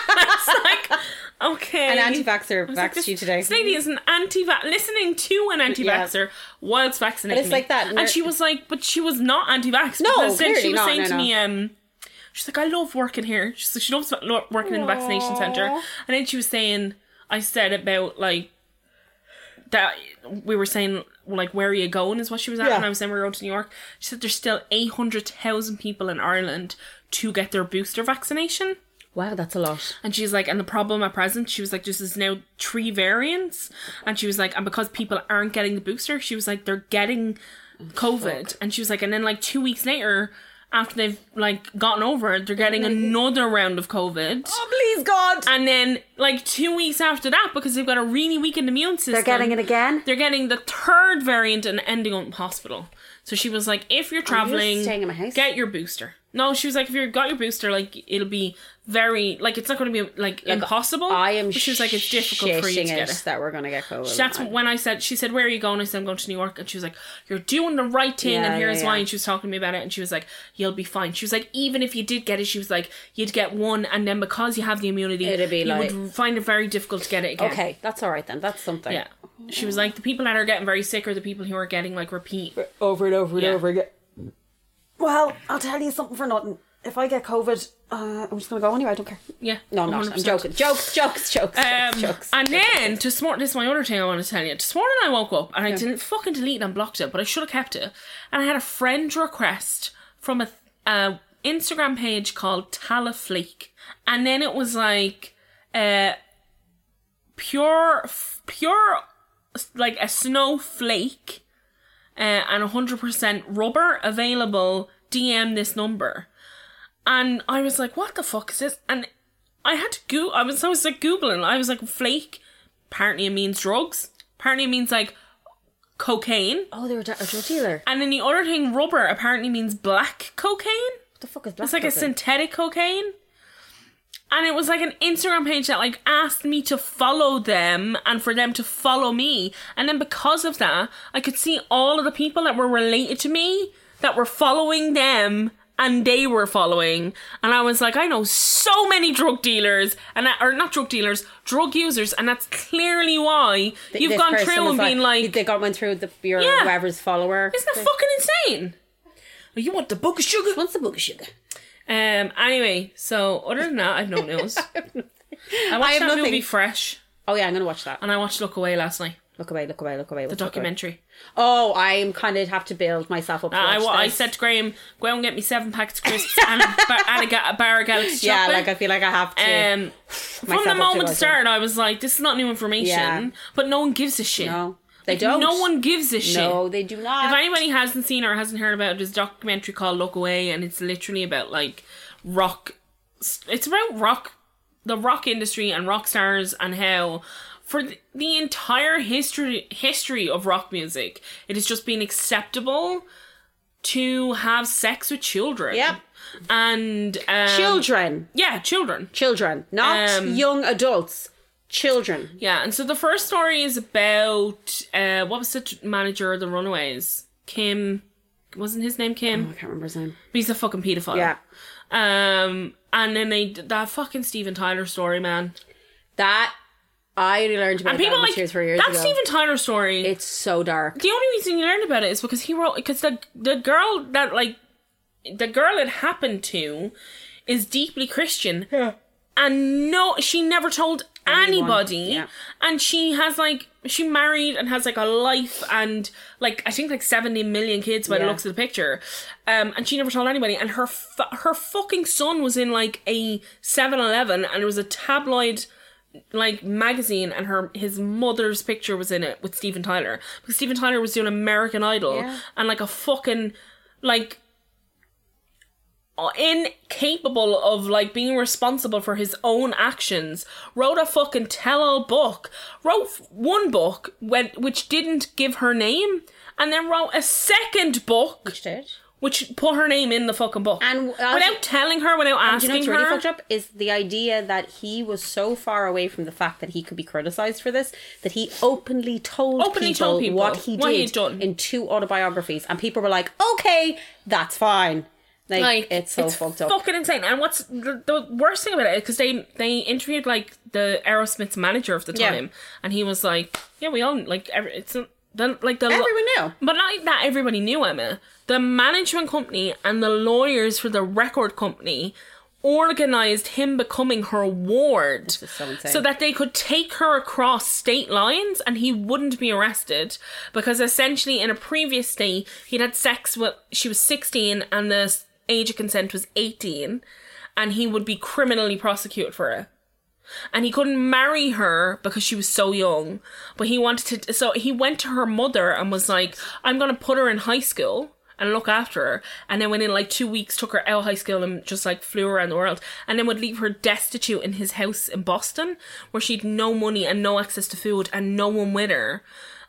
Speaker 2: I was like, okay,
Speaker 3: An anti-vaxer
Speaker 2: I was like,
Speaker 3: vaxxed
Speaker 2: this-
Speaker 3: you today.
Speaker 2: This lady is an anti-vax, listening to an anti-vaxer whilst vaccinating.
Speaker 3: But it's
Speaker 2: me.
Speaker 3: like that,
Speaker 2: and
Speaker 3: ner-
Speaker 2: she was like, but she was not anti-vax.
Speaker 3: No,
Speaker 2: because then she
Speaker 3: clearly
Speaker 2: was
Speaker 3: not,
Speaker 2: saying
Speaker 3: no,
Speaker 2: to
Speaker 3: no.
Speaker 2: me, um, she's like, I love working here. She's like, she loves lo- working in the vaccination center. And then she was saying, I said about like that we were saying like where are you going is what she was at
Speaker 3: Yeah.
Speaker 2: and I was saying we were going to New York. She said there's still eight hundred thousand people in Ireland to get their booster vaccination.
Speaker 3: Wow, that's a lot.
Speaker 2: And she's like, and the problem at present, she was like, this is now three variants. And she was like, and because people aren't getting the booster, she was like, they're getting COVID. And she was like, and then like two weeks later, after they've like gotten over it, they're getting another round of COVID.
Speaker 3: Oh, please, God.
Speaker 2: And then like two weeks after that, because they've got a really weakened immune system,
Speaker 3: They're getting it again.
Speaker 2: They're getting the third variant and ending up in hospital. So she was like, if you're traveling,
Speaker 3: staying in my house.
Speaker 2: get your booster. No, she was like, if you've got your booster, like it'll be very like it's not going to be like impossible.
Speaker 3: I am
Speaker 2: But She was like, it's difficult for you to
Speaker 3: shitting
Speaker 2: get
Speaker 3: it
Speaker 2: it.
Speaker 3: that we're going to get COVID.
Speaker 2: That's
Speaker 3: I-
Speaker 2: when I said, she said, where are you going? I said, I'm going to New York. And she was like, you're doing the right thing.
Speaker 3: Yeah,
Speaker 2: and here's
Speaker 3: yeah,
Speaker 2: why.
Speaker 3: yeah.
Speaker 2: And she was talking to me about it. And she was like, you'll be fine. She was like, even if you did get it, she was like, you'd get one. And then because you have the immunity,
Speaker 3: It'd be
Speaker 2: you would
Speaker 3: like-
Speaker 2: find it very difficult to get it again.
Speaker 3: Okay, that's all right then. That's something.
Speaker 2: Yeah. She was like, the people that are getting very sick are the people who are getting like repeat.
Speaker 3: Over and over and
Speaker 2: Yeah.
Speaker 3: over again. Well, I'll tell you something for nothing. If I get COVID, uh, I'm just going to go anyway. I don't care.
Speaker 2: Yeah.
Speaker 3: No, I'm not. i am
Speaker 2: 100%.
Speaker 3: joking. Jokes, jokes, jokes, jokes,
Speaker 2: Um,
Speaker 3: jokes.
Speaker 2: and then to this morning, this is my other thing I want to tell you. This morning I woke up and I didn't fucking delete and blocked it, but I should have kept it. And I had a friend request from a uh, Instagram page called Tala Flake, and then it was like uh, pure, f- pure, like a snowflake, uh, and hundred percent rubber available. DM this number, and I was like, "What the fuck is this?" And I had to go. I was I was like googling. I was like flake. Apparently it means drugs. Apparently it means like cocaine.
Speaker 3: oh, they were a drug dealer.
Speaker 2: And then the other thing, rubber apparently means black cocaine.
Speaker 3: What the fuck is black
Speaker 2: It's like a synthetic cocaine. And it was like an Instagram page that like asked me to follow them and for them to follow me. And then because of that, I could see all of the people that were related to me that were following them and they were following. And I was like, I know so many drug dealers and that or not drug dealers, drug users, and that's clearly why you've
Speaker 3: This
Speaker 2: gone
Speaker 3: person
Speaker 2: through
Speaker 3: was
Speaker 2: and been like,
Speaker 3: they got went through the your
Speaker 2: Yeah.
Speaker 3: whoever's follower.
Speaker 2: Isn't that fucking insane? Oh, You want the book of sugar?
Speaker 3: Wants a book of sugar.
Speaker 2: Um. Anyway, so other than that, I've no news. I watched
Speaker 3: have
Speaker 2: that
Speaker 3: nothing.
Speaker 2: movie Fresh,
Speaker 3: Oh yeah, I'm gonna watch that.
Speaker 2: and I watched Look Away last night,
Speaker 3: Look away, look away, look away.
Speaker 2: the documentary.
Speaker 3: Oh, I'm kind of have to build myself up. To
Speaker 2: Uh, I,
Speaker 3: watch
Speaker 2: I, I
Speaker 3: this.
Speaker 2: said to Graham, "Go out and get me seven packs of crisps and a, bar, and a, ga- a bar of Galaxy
Speaker 3: yeah,
Speaker 2: chocolate."
Speaker 3: like I feel like I have to.
Speaker 2: um, from
Speaker 3: myself
Speaker 2: the
Speaker 3: up to
Speaker 2: moment
Speaker 3: it,
Speaker 2: it started, I was like, "This is not new information,"
Speaker 3: Yeah.
Speaker 2: but no one gives a shit.
Speaker 3: no, they
Speaker 2: Like,
Speaker 3: don't.
Speaker 2: No one gives a shit.
Speaker 3: No, they do not.
Speaker 2: If anybody hasn't seen or hasn't heard about it, there's a documentary called Look Away, and it's literally about like rock. It's about rock, the rock industry and rock stars, and how for th- the entire history history of rock music, it has just been acceptable to have sex with children.
Speaker 3: Yep.
Speaker 2: and um,
Speaker 3: children,
Speaker 2: Yeah, children.
Speaker 3: children, not
Speaker 2: Um,
Speaker 3: young adults. Children.
Speaker 2: Yeah, and so the first story is about uh, what was the t- manager of the Runaways? Kim. Wasn't his name Kim?
Speaker 3: I can't remember his name.
Speaker 2: But he's a fucking pedophile.
Speaker 3: Oh. Yeah,
Speaker 2: Um, and then they did that fucking Steven Tyler story, man.
Speaker 3: that I only learned about
Speaker 2: And people
Speaker 3: that
Speaker 2: like
Speaker 3: two or three years
Speaker 2: that
Speaker 3: ago.
Speaker 2: Steven Tyler story.
Speaker 3: it's so dark.
Speaker 2: the only reason you learned about it is because he wrote because the the girl that like the girl it happened to is deeply Christian. And no, she never told anybody.
Speaker 3: yeah.
Speaker 2: And she has like she married and has like a life and like I think like seventy million kids by the
Speaker 3: Yeah.
Speaker 2: looks of the picture. Um, and she never told anybody. And her fu- her fucking son was in like a 7-Eleven and it was a tabloid like magazine and her his mother's picture was in it with Steven Tyler because Steven Tyler was doing American Idol
Speaker 3: Yeah.
Speaker 2: and like a fucking like incapable of like being responsible for his own actions wrote a fucking tell-all book wrote f- one book when which didn't give her name and then wrote a second book which put her name in the fucking book
Speaker 3: And, uh,
Speaker 2: without telling her without
Speaker 3: Do
Speaker 2: asking
Speaker 3: you know what's really
Speaker 2: her
Speaker 3: fucked up is the idea that he was so far away from the fact that he could be criticized for this that he openly told,
Speaker 2: Openly
Speaker 3: people,
Speaker 2: told people
Speaker 3: what he
Speaker 2: what
Speaker 3: did
Speaker 2: he'd done.
Speaker 3: in two autobiographies, and people were like, "Okay, that's fine." Like, it's so fucked up.
Speaker 2: Fucking insane. And what's the, the worst thing about it? Because they they interviewed like the Aerosmith's manager of the
Speaker 3: Yeah.
Speaker 2: time, and he was like, "Yeah, we all like every, it's a- the, like the lo-
Speaker 3: Everyone knew.
Speaker 2: but not like that everybody knew Emma. The management company and the lawyers for the record company organized him becoming her ward
Speaker 3: is so insane.
Speaker 2: that they could take her across state lines and he wouldn't be arrested because essentially in a previous state he'd had sex with she was 16 and the s- age of consent was 18 and he would be criminally prosecuted for it and he couldn't marry her because she was so young but he wanted to so he went to her mother and was like i'm gonna put her in high school and look after her and then within like two weeks took her out of high school and just like flew around the world and then would leave her destitute in his house in boston where she'd no money and no access to food and no one with her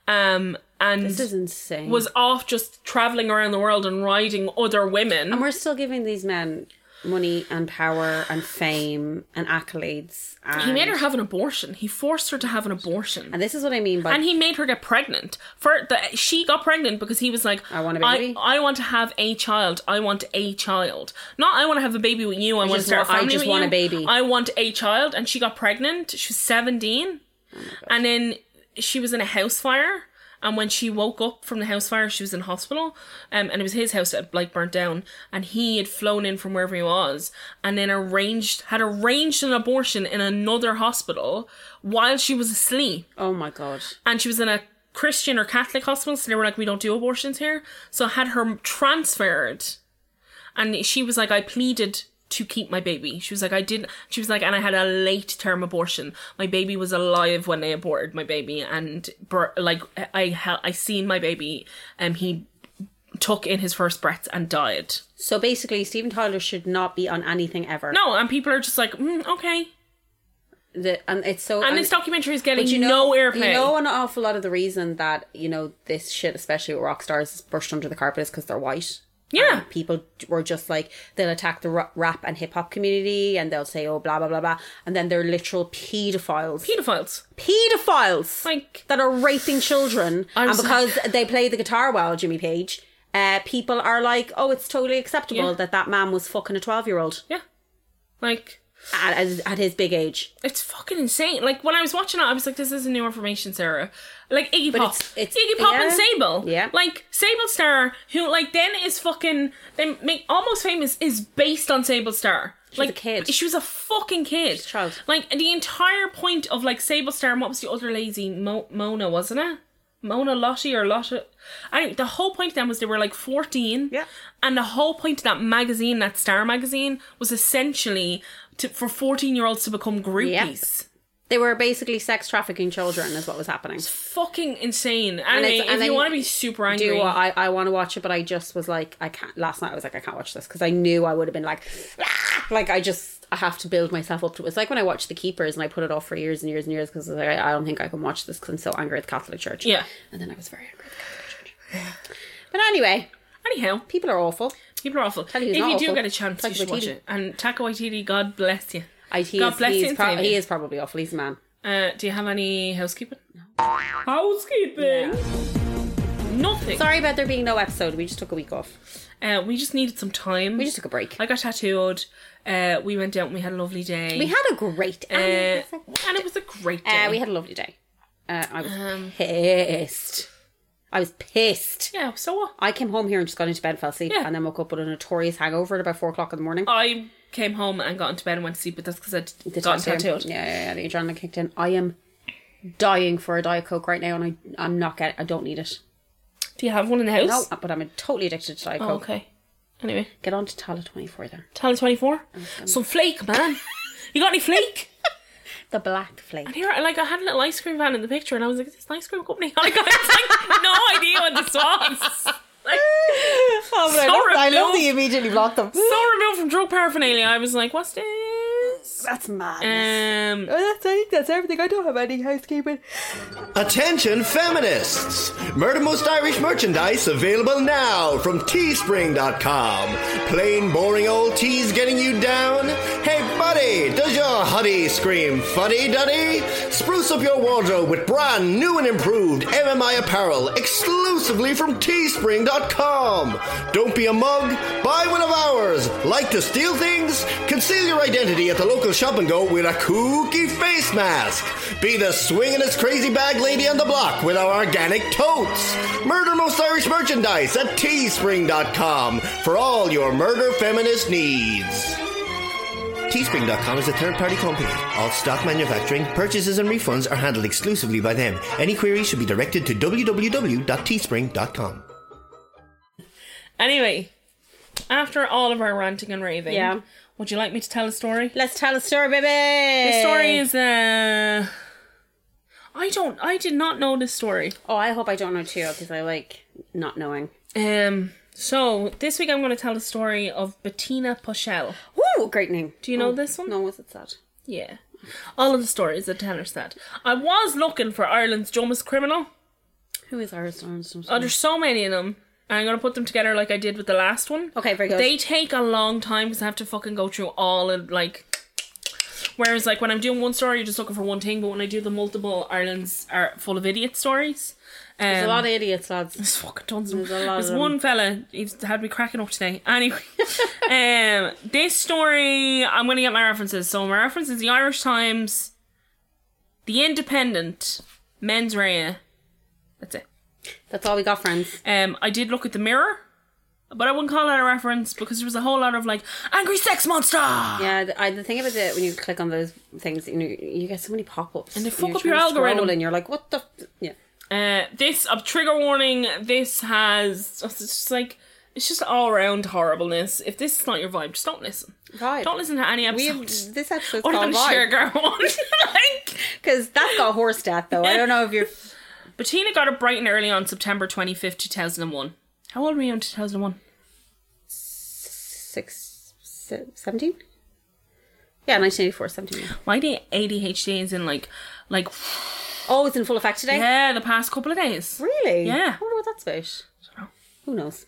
Speaker 2: um and
Speaker 3: This is insane.
Speaker 2: was off just traveling around the world and riding other women
Speaker 3: and we're still giving these men money and power and fame and accolades. And,
Speaker 2: he made her have an abortion he forced her to have an abortion
Speaker 3: and this is what I mean by
Speaker 2: and he made her get pregnant for the she got pregnant because he was like
Speaker 3: I want a baby."
Speaker 2: I, I want to have a child I want a child not I want to have a baby with you I, want to
Speaker 3: just
Speaker 2: start a
Speaker 3: want- I
Speaker 2: family
Speaker 3: just
Speaker 2: with
Speaker 3: want a
Speaker 2: you.
Speaker 3: baby."
Speaker 2: I want a child and she got pregnant she was 17
Speaker 3: Oh
Speaker 2: and then she was in a house fire and when she woke up from the house fire she was in hospital um, and it was his house that like burnt down and he had flown in from wherever he was and then arranged had arranged an abortion in another hospital while she was asleep
Speaker 3: oh my god,
Speaker 2: and she was in a Christian or Catholic hospital, so they were like, "We don't do abortions here." So I had her transferred, and she was like, "I pleaded to keep my baby." She was like, "I didn't." She was like, "And I had a late term abortion. My baby was alive when they aborted my baby, and bur- like I hel- I seen my baby, and he took in his first breaths and died."
Speaker 3: so basically Stephen Tyler should not be on anything ever.
Speaker 2: No, and people are just like, mm, "Okay,"
Speaker 3: The- and it's so
Speaker 2: and this documentary is getting
Speaker 3: But you
Speaker 2: no
Speaker 3: know,
Speaker 2: airplay.
Speaker 3: You know, an awful lot of the reason that you know this shit, especially with rock stars, is brushed under the carpet is because they're white.
Speaker 2: yeah,
Speaker 3: And people were just like they'll attack the ra- rap and hip hop community, and they'll say, "Oh, blah blah blah blah," and then they're literal pedophiles,
Speaker 2: pedophiles.
Speaker 3: pedophiles
Speaker 2: Like
Speaker 3: that are raping children,
Speaker 2: I
Speaker 3: and
Speaker 2: was
Speaker 3: because they play the guitar well, Jimmy Page. Uh, people are like, oh, it's totally acceptable
Speaker 2: Yeah.
Speaker 3: that that man was fucking a twelve-year-old
Speaker 2: yeah, like.
Speaker 3: at, at, at his big age.
Speaker 2: It's fucking insane. Like when I was watching it, I was like, "This is a new information, Sarah." Like Iggy Pop,
Speaker 3: it's- it's-
Speaker 2: Iggy Pop and
Speaker 3: yeah.
Speaker 2: Sable.
Speaker 3: Yeah.
Speaker 2: Like Sable Star, who like then is fucking then make almost famous is based on Sable Star. She
Speaker 3: was
Speaker 2: like
Speaker 3: a kid.
Speaker 2: She was a fucking kid.
Speaker 3: a child.
Speaker 2: Like the entire point of like Sable Star and what was the other lazy Mo- Mona, wasn't it? Mona Lottie or Lotta. Anyway, the whole point of them was they were like 14.
Speaker 3: Yeah.
Speaker 2: And the whole point of that magazine, that Star magazine, was essentially to, for 14 year olds to become groupies.
Speaker 3: They were basically sex trafficking children, is what was happening.
Speaker 2: Fucking insane.
Speaker 3: it's-
Speaker 2: Anyway,
Speaker 3: and
Speaker 2: if you
Speaker 3: I
Speaker 2: want to be super angry,
Speaker 3: do what I, I want to watch it, but I just was like, I can't. Last night I was like, I can't watch this because I knew I would have been like, "Ah!" like I just I have to build myself up to it. It's like when I watched The Keepers and I put it off for years and years and years because I was like, I, I don't think I can watch this because I'm so angry at the Catholic Church.
Speaker 2: Yeah.
Speaker 3: and then I was very angry at the Catholic Church. But anyway,
Speaker 2: anyhow,
Speaker 3: people are awful.
Speaker 2: people are awful. If
Speaker 3: you who's
Speaker 2: you
Speaker 3: not
Speaker 2: do
Speaker 3: awful.
Speaker 2: get a chance, you
Speaker 3: Taika
Speaker 2: should watch
Speaker 3: Waititi.
Speaker 2: it. And Taka Waititi, God bless you.
Speaker 3: I, he
Speaker 2: God
Speaker 3: is,
Speaker 2: bless
Speaker 3: he
Speaker 2: you
Speaker 3: is
Speaker 2: and
Speaker 3: prob-
Speaker 2: save
Speaker 3: he
Speaker 2: you.
Speaker 3: is probably awful. He's a man.
Speaker 2: Uh, do you have any housekeeping? Housekeeping. Nothing.
Speaker 3: Sorry about there being no episode. We just took a week off.
Speaker 2: Uh, we just needed some time.
Speaker 3: We just took a break.
Speaker 2: I got tattooed. Uh, we went out and we had a lovely day.
Speaker 3: we had a great.
Speaker 2: uh,
Speaker 3: and it was a-
Speaker 2: and it was a great day. Um,
Speaker 3: Uh, we had a lovely day. Uh, I was pissed. I was pissed.
Speaker 2: yeah. So what?
Speaker 3: I came home here and just got into bed, and fell asleep,
Speaker 2: Yeah. Oh,
Speaker 3: and then woke up with a notorious hangover at about four o'clock in the morning.
Speaker 2: I came home and got into bed and went to sleep, but that's because I
Speaker 3: The
Speaker 2: would got
Speaker 3: tattoo.
Speaker 2: tattooed.
Speaker 3: Yeah, yeah, yeah. The adrenaline kicked in. I am dying for a diet coke right now, and I I'm not getting. I don't need it.
Speaker 2: Do you have one in the house?
Speaker 3: No, but I'm totally addicted to diet
Speaker 2: Oh,
Speaker 3: coke.
Speaker 2: okay. Anyway,
Speaker 3: Get on to Tala twenty four then.
Speaker 2: tally twenty four. Some flake, man. you got any flake?
Speaker 3: The black flake.
Speaker 2: Here, I- like I had a little ice cream van in the picture, and I was like, "Is this an ice cream company?" Like I had like, no idea what this was. Like, I
Speaker 3: Oh,
Speaker 2: love- I love that you
Speaker 3: immediately blocked them.
Speaker 2: so removed from drug paraphernalia, I was like, "What's this?"
Speaker 3: That's madness.
Speaker 2: Um,
Speaker 3: that's I think that's everything. I don't have any housekeeping.
Speaker 4: Attention feminists! Murder Most Irish merchandise available now from teespring.com. Plain boring old tea's getting you down? Hey buddy, does your huddy scream fuddy duddy? Spruce up your wardrobe with brand new and improved MMI apparel exclusively from teespring.com. Don't be a mug, buy one of ours. Like to steal things? Conceal your identity at the local shop and go with a kooky face mask. Be the swingin'est crazy bag lady on the block with our organic totes. Murder Most Irish merchandise at teespring.com for all your murder feminist needs. Teespring.com is a third party company. All stock manufacturing, purchases, and refunds are handled exclusively by them. Any queries should be directed to www.teespring.com.
Speaker 2: Anyway, after all of our ranting and raving,
Speaker 3: Yeah.
Speaker 2: would you like me to tell a story?
Speaker 3: Let's tell a story, baby.
Speaker 2: The story is uh I don't I did not know this story.
Speaker 3: Oh, I hope I don't know too, because I like not knowing.
Speaker 2: Um so this week I'm gonna tell the story of Bettina Pochel.
Speaker 3: Woo, great name.
Speaker 2: Do you know this one?
Speaker 3: Oh, No, was it sad?
Speaker 2: Yeah. All of the stories that tell us that. I was looking for Ireland's dumbest criminal.
Speaker 3: Who is Iris Armstrong?
Speaker 2: Oh, there's so many of them. I'm gonna put them together like I did with the last one.
Speaker 3: Okay, very good.
Speaker 2: They take a long time because I have to fucking go through all of like. Whereas like when I'm doing one story, you're just looking for one thing, but when I do the multiple, Ireland's are full of idiot stories. Um,
Speaker 3: There's a lot of idiots, lads.
Speaker 2: there's fucking tons of them.
Speaker 3: There's a lot
Speaker 2: There's
Speaker 3: of them.
Speaker 2: one fella, he's had me cracking up today. Anyway, um, this story, I'm going to get my references. So, my reference is the Irish Times, The Independent, Men's Rea. That's it.
Speaker 3: That's all we got, friends.
Speaker 2: Um, I did look at the mirror, but I wouldn't call that a reference because there was a whole lot of like, angry sex monster!
Speaker 3: Yeah, the, I, the thing about it when you click on those things, you know, you get so many pop-ups, and
Speaker 2: they fuck
Speaker 3: you're
Speaker 2: up your
Speaker 3: trying to scroll
Speaker 2: algorithm.
Speaker 3: and you're like, what the? F-? Yeah,
Speaker 2: Uh, this a trigger warning. This has it's just like it's just all around horribleness. If this is not your vibe, just don't listen.
Speaker 3: right.
Speaker 2: Don't listen to any
Speaker 3: We
Speaker 2: episode.
Speaker 3: have, this episode's
Speaker 2: Or
Speaker 3: called
Speaker 2: even share
Speaker 3: Vibe
Speaker 2: girl one. like,
Speaker 3: because that got horse death though. I don't know if you're.
Speaker 2: Bettina got it bright and early on September 25th, 2001. How old were you in 2001?
Speaker 3: six, se- 17? Yeah, 1984, 17. yeah.
Speaker 2: My day ADHD is in like, like,
Speaker 3: Oh, it's in full effect today?
Speaker 2: yeah, the past couple of days.
Speaker 3: Really?
Speaker 2: Yeah.
Speaker 3: I wonder what that's about. Who knows?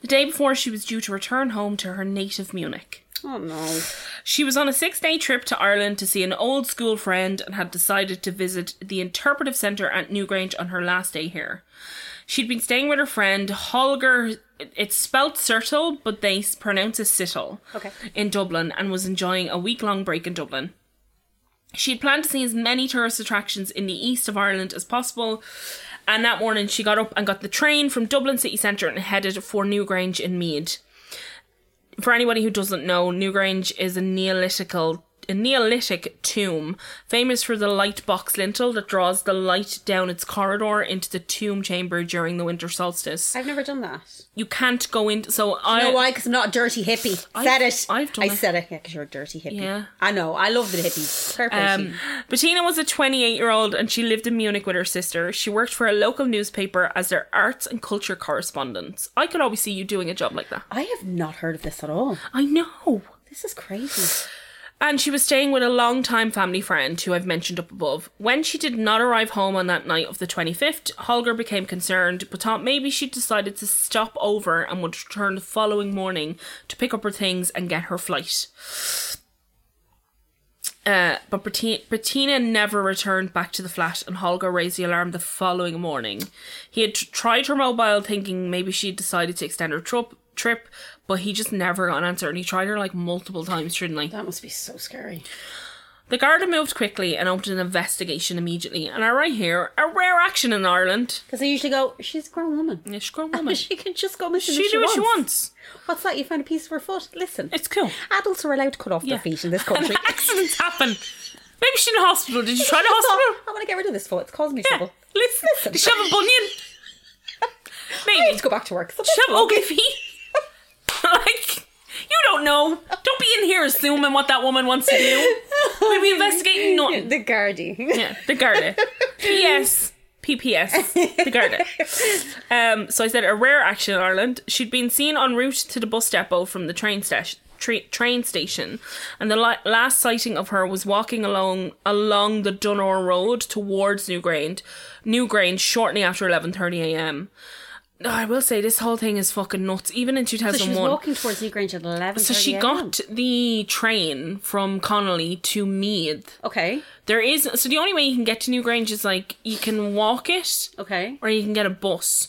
Speaker 2: The day before she was due to return home to her native Munich.
Speaker 3: Oh, no.
Speaker 2: She was on a six day trip to Ireland to see an old school friend and had decided to visit the interpretive centre at Newgrange on her last day here. She'd been staying with her friend Holger, it- it's spelt Sertle, but they s- pronounce it Sittle,
Speaker 3: Okay.
Speaker 2: in Dublin and was enjoying a week long break in Dublin. She had planned to see as many tourist attractions in the east of Ireland as possible, and that morning she got up and got the train from Dublin city centre and headed for Newgrange in Mead for anybody who doesn't know, Newgrange is a Neolithical a Neolithic tomb, famous for the light box lintel that draws the light down its corridor into the tomb chamber during the winter solstice.
Speaker 3: I've never done that.
Speaker 2: You can't go in. So I
Speaker 3: No, why? Because I'm not a dirty hippie. said it.
Speaker 2: I've done
Speaker 3: I
Speaker 2: it.
Speaker 3: said it. Yeah, because you're a dirty hippie.
Speaker 2: Yeah.
Speaker 3: I know. I love the hippies. Fair play to
Speaker 2: Um,
Speaker 3: you.
Speaker 2: Bettina was a 28 year old and she lived in Munich with her sister. She worked for a local newspaper as their arts and culture correspondent. I could always see you doing a job like that.
Speaker 3: I have not heard of this at all.
Speaker 2: I know.
Speaker 3: This is crazy.
Speaker 2: And she was staying with a long-time family friend who I've mentioned up above. When she did not arrive home on that night of the 25th, Holger became concerned, but thought maybe she decided to stop over and would return the following morning to pick up her things and get her flight. Uh, but Berti- Bettina never returned back to the flat, and Holger raised the alarm the following morning. He had t- tried her mobile, thinking maybe she had decided to extend her trip, trip, but he just never got an answer. And he tried her like multiple times through the night.
Speaker 3: That must be so scary.
Speaker 2: The Garda moved quickly and opened an investigation immediately, and are right here, a rare action in Ireland.
Speaker 3: Because they usually go, she's a grown woman.
Speaker 2: Yeah, she's a grown woman. she
Speaker 3: She can just go missing. if
Speaker 2: do what she wants.
Speaker 3: What's that? You found a piece of her foot? Listen.
Speaker 2: It's cool.
Speaker 3: Adults are allowed to cut off
Speaker 2: Yeah.
Speaker 3: their feet in this country.
Speaker 2: And accidents happen. Maybe she's in the hospital. Did you try the hospital?
Speaker 3: I want to get rid of this foot. It's causing me
Speaker 2: Yeah.
Speaker 3: trouble.
Speaker 2: Listen.
Speaker 3: Listen.
Speaker 2: Did she have a bunion?
Speaker 3: I
Speaker 2: Maybe.
Speaker 3: need to go back to work. So
Speaker 2: She have ugly feet. like you don't know. Don't be in here assuming what that woman wants to do. Maybe investigate nothing.
Speaker 3: the Gardy.
Speaker 2: Yeah, the Garda. P.S. P.P.S. The Garda. Um, so I said a rare action in Ireland. She'd been seen en route to the bus depot from the train station. Train station, and the la- last sighting of her was walking along along the Dunor Road towards Newgrange, Newgrange shortly after eleven thirty a.m. Oh, I will say this whole thing is fucking nuts. Even in two
Speaker 3: So
Speaker 2: thousand
Speaker 3: she was
Speaker 2: one,
Speaker 3: walking towards Newgrange at eleven.
Speaker 2: so she got the train from Connolly to Meath.
Speaker 3: okay,
Speaker 2: There is so the only way you can get to Newgrange is like you can walk it
Speaker 3: okay.
Speaker 2: or you can get a bus.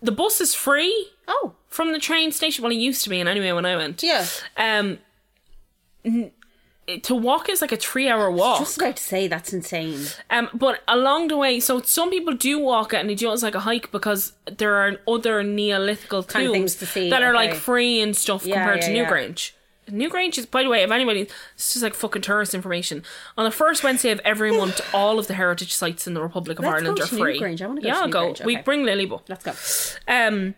Speaker 2: The bus is free
Speaker 3: Oh,
Speaker 2: from the train station. Well, it used to be, and anyway, when I went,
Speaker 3: yeah.
Speaker 2: Um, n- to walk is like a three-hour walk.
Speaker 3: Just about to say that's insane.
Speaker 2: Um, but along the way, so some people do walk it and they do it as like a hike because there are other Neolithical
Speaker 3: Kind of
Speaker 2: tombs
Speaker 3: things to see,
Speaker 2: that are like
Speaker 3: okay.
Speaker 2: free and stuff
Speaker 3: Yeah,
Speaker 2: compared
Speaker 3: yeah,
Speaker 2: to
Speaker 3: yeah.
Speaker 2: Newgrange. Newgrange is, by the way, if anybody, it's just like fucking tourist information. On the first Wednesday of every month, all of the heritage sites in the Republic of
Speaker 3: Let's
Speaker 2: Ireland
Speaker 3: go
Speaker 2: are
Speaker 3: to
Speaker 2: free.
Speaker 3: Newgrange. I wanna go
Speaker 2: yeah,
Speaker 3: to
Speaker 2: I'll go.
Speaker 3: Newgrange,
Speaker 2: We
Speaker 3: okay.
Speaker 2: bring Lily Book.
Speaker 3: Let's go.
Speaker 2: Um,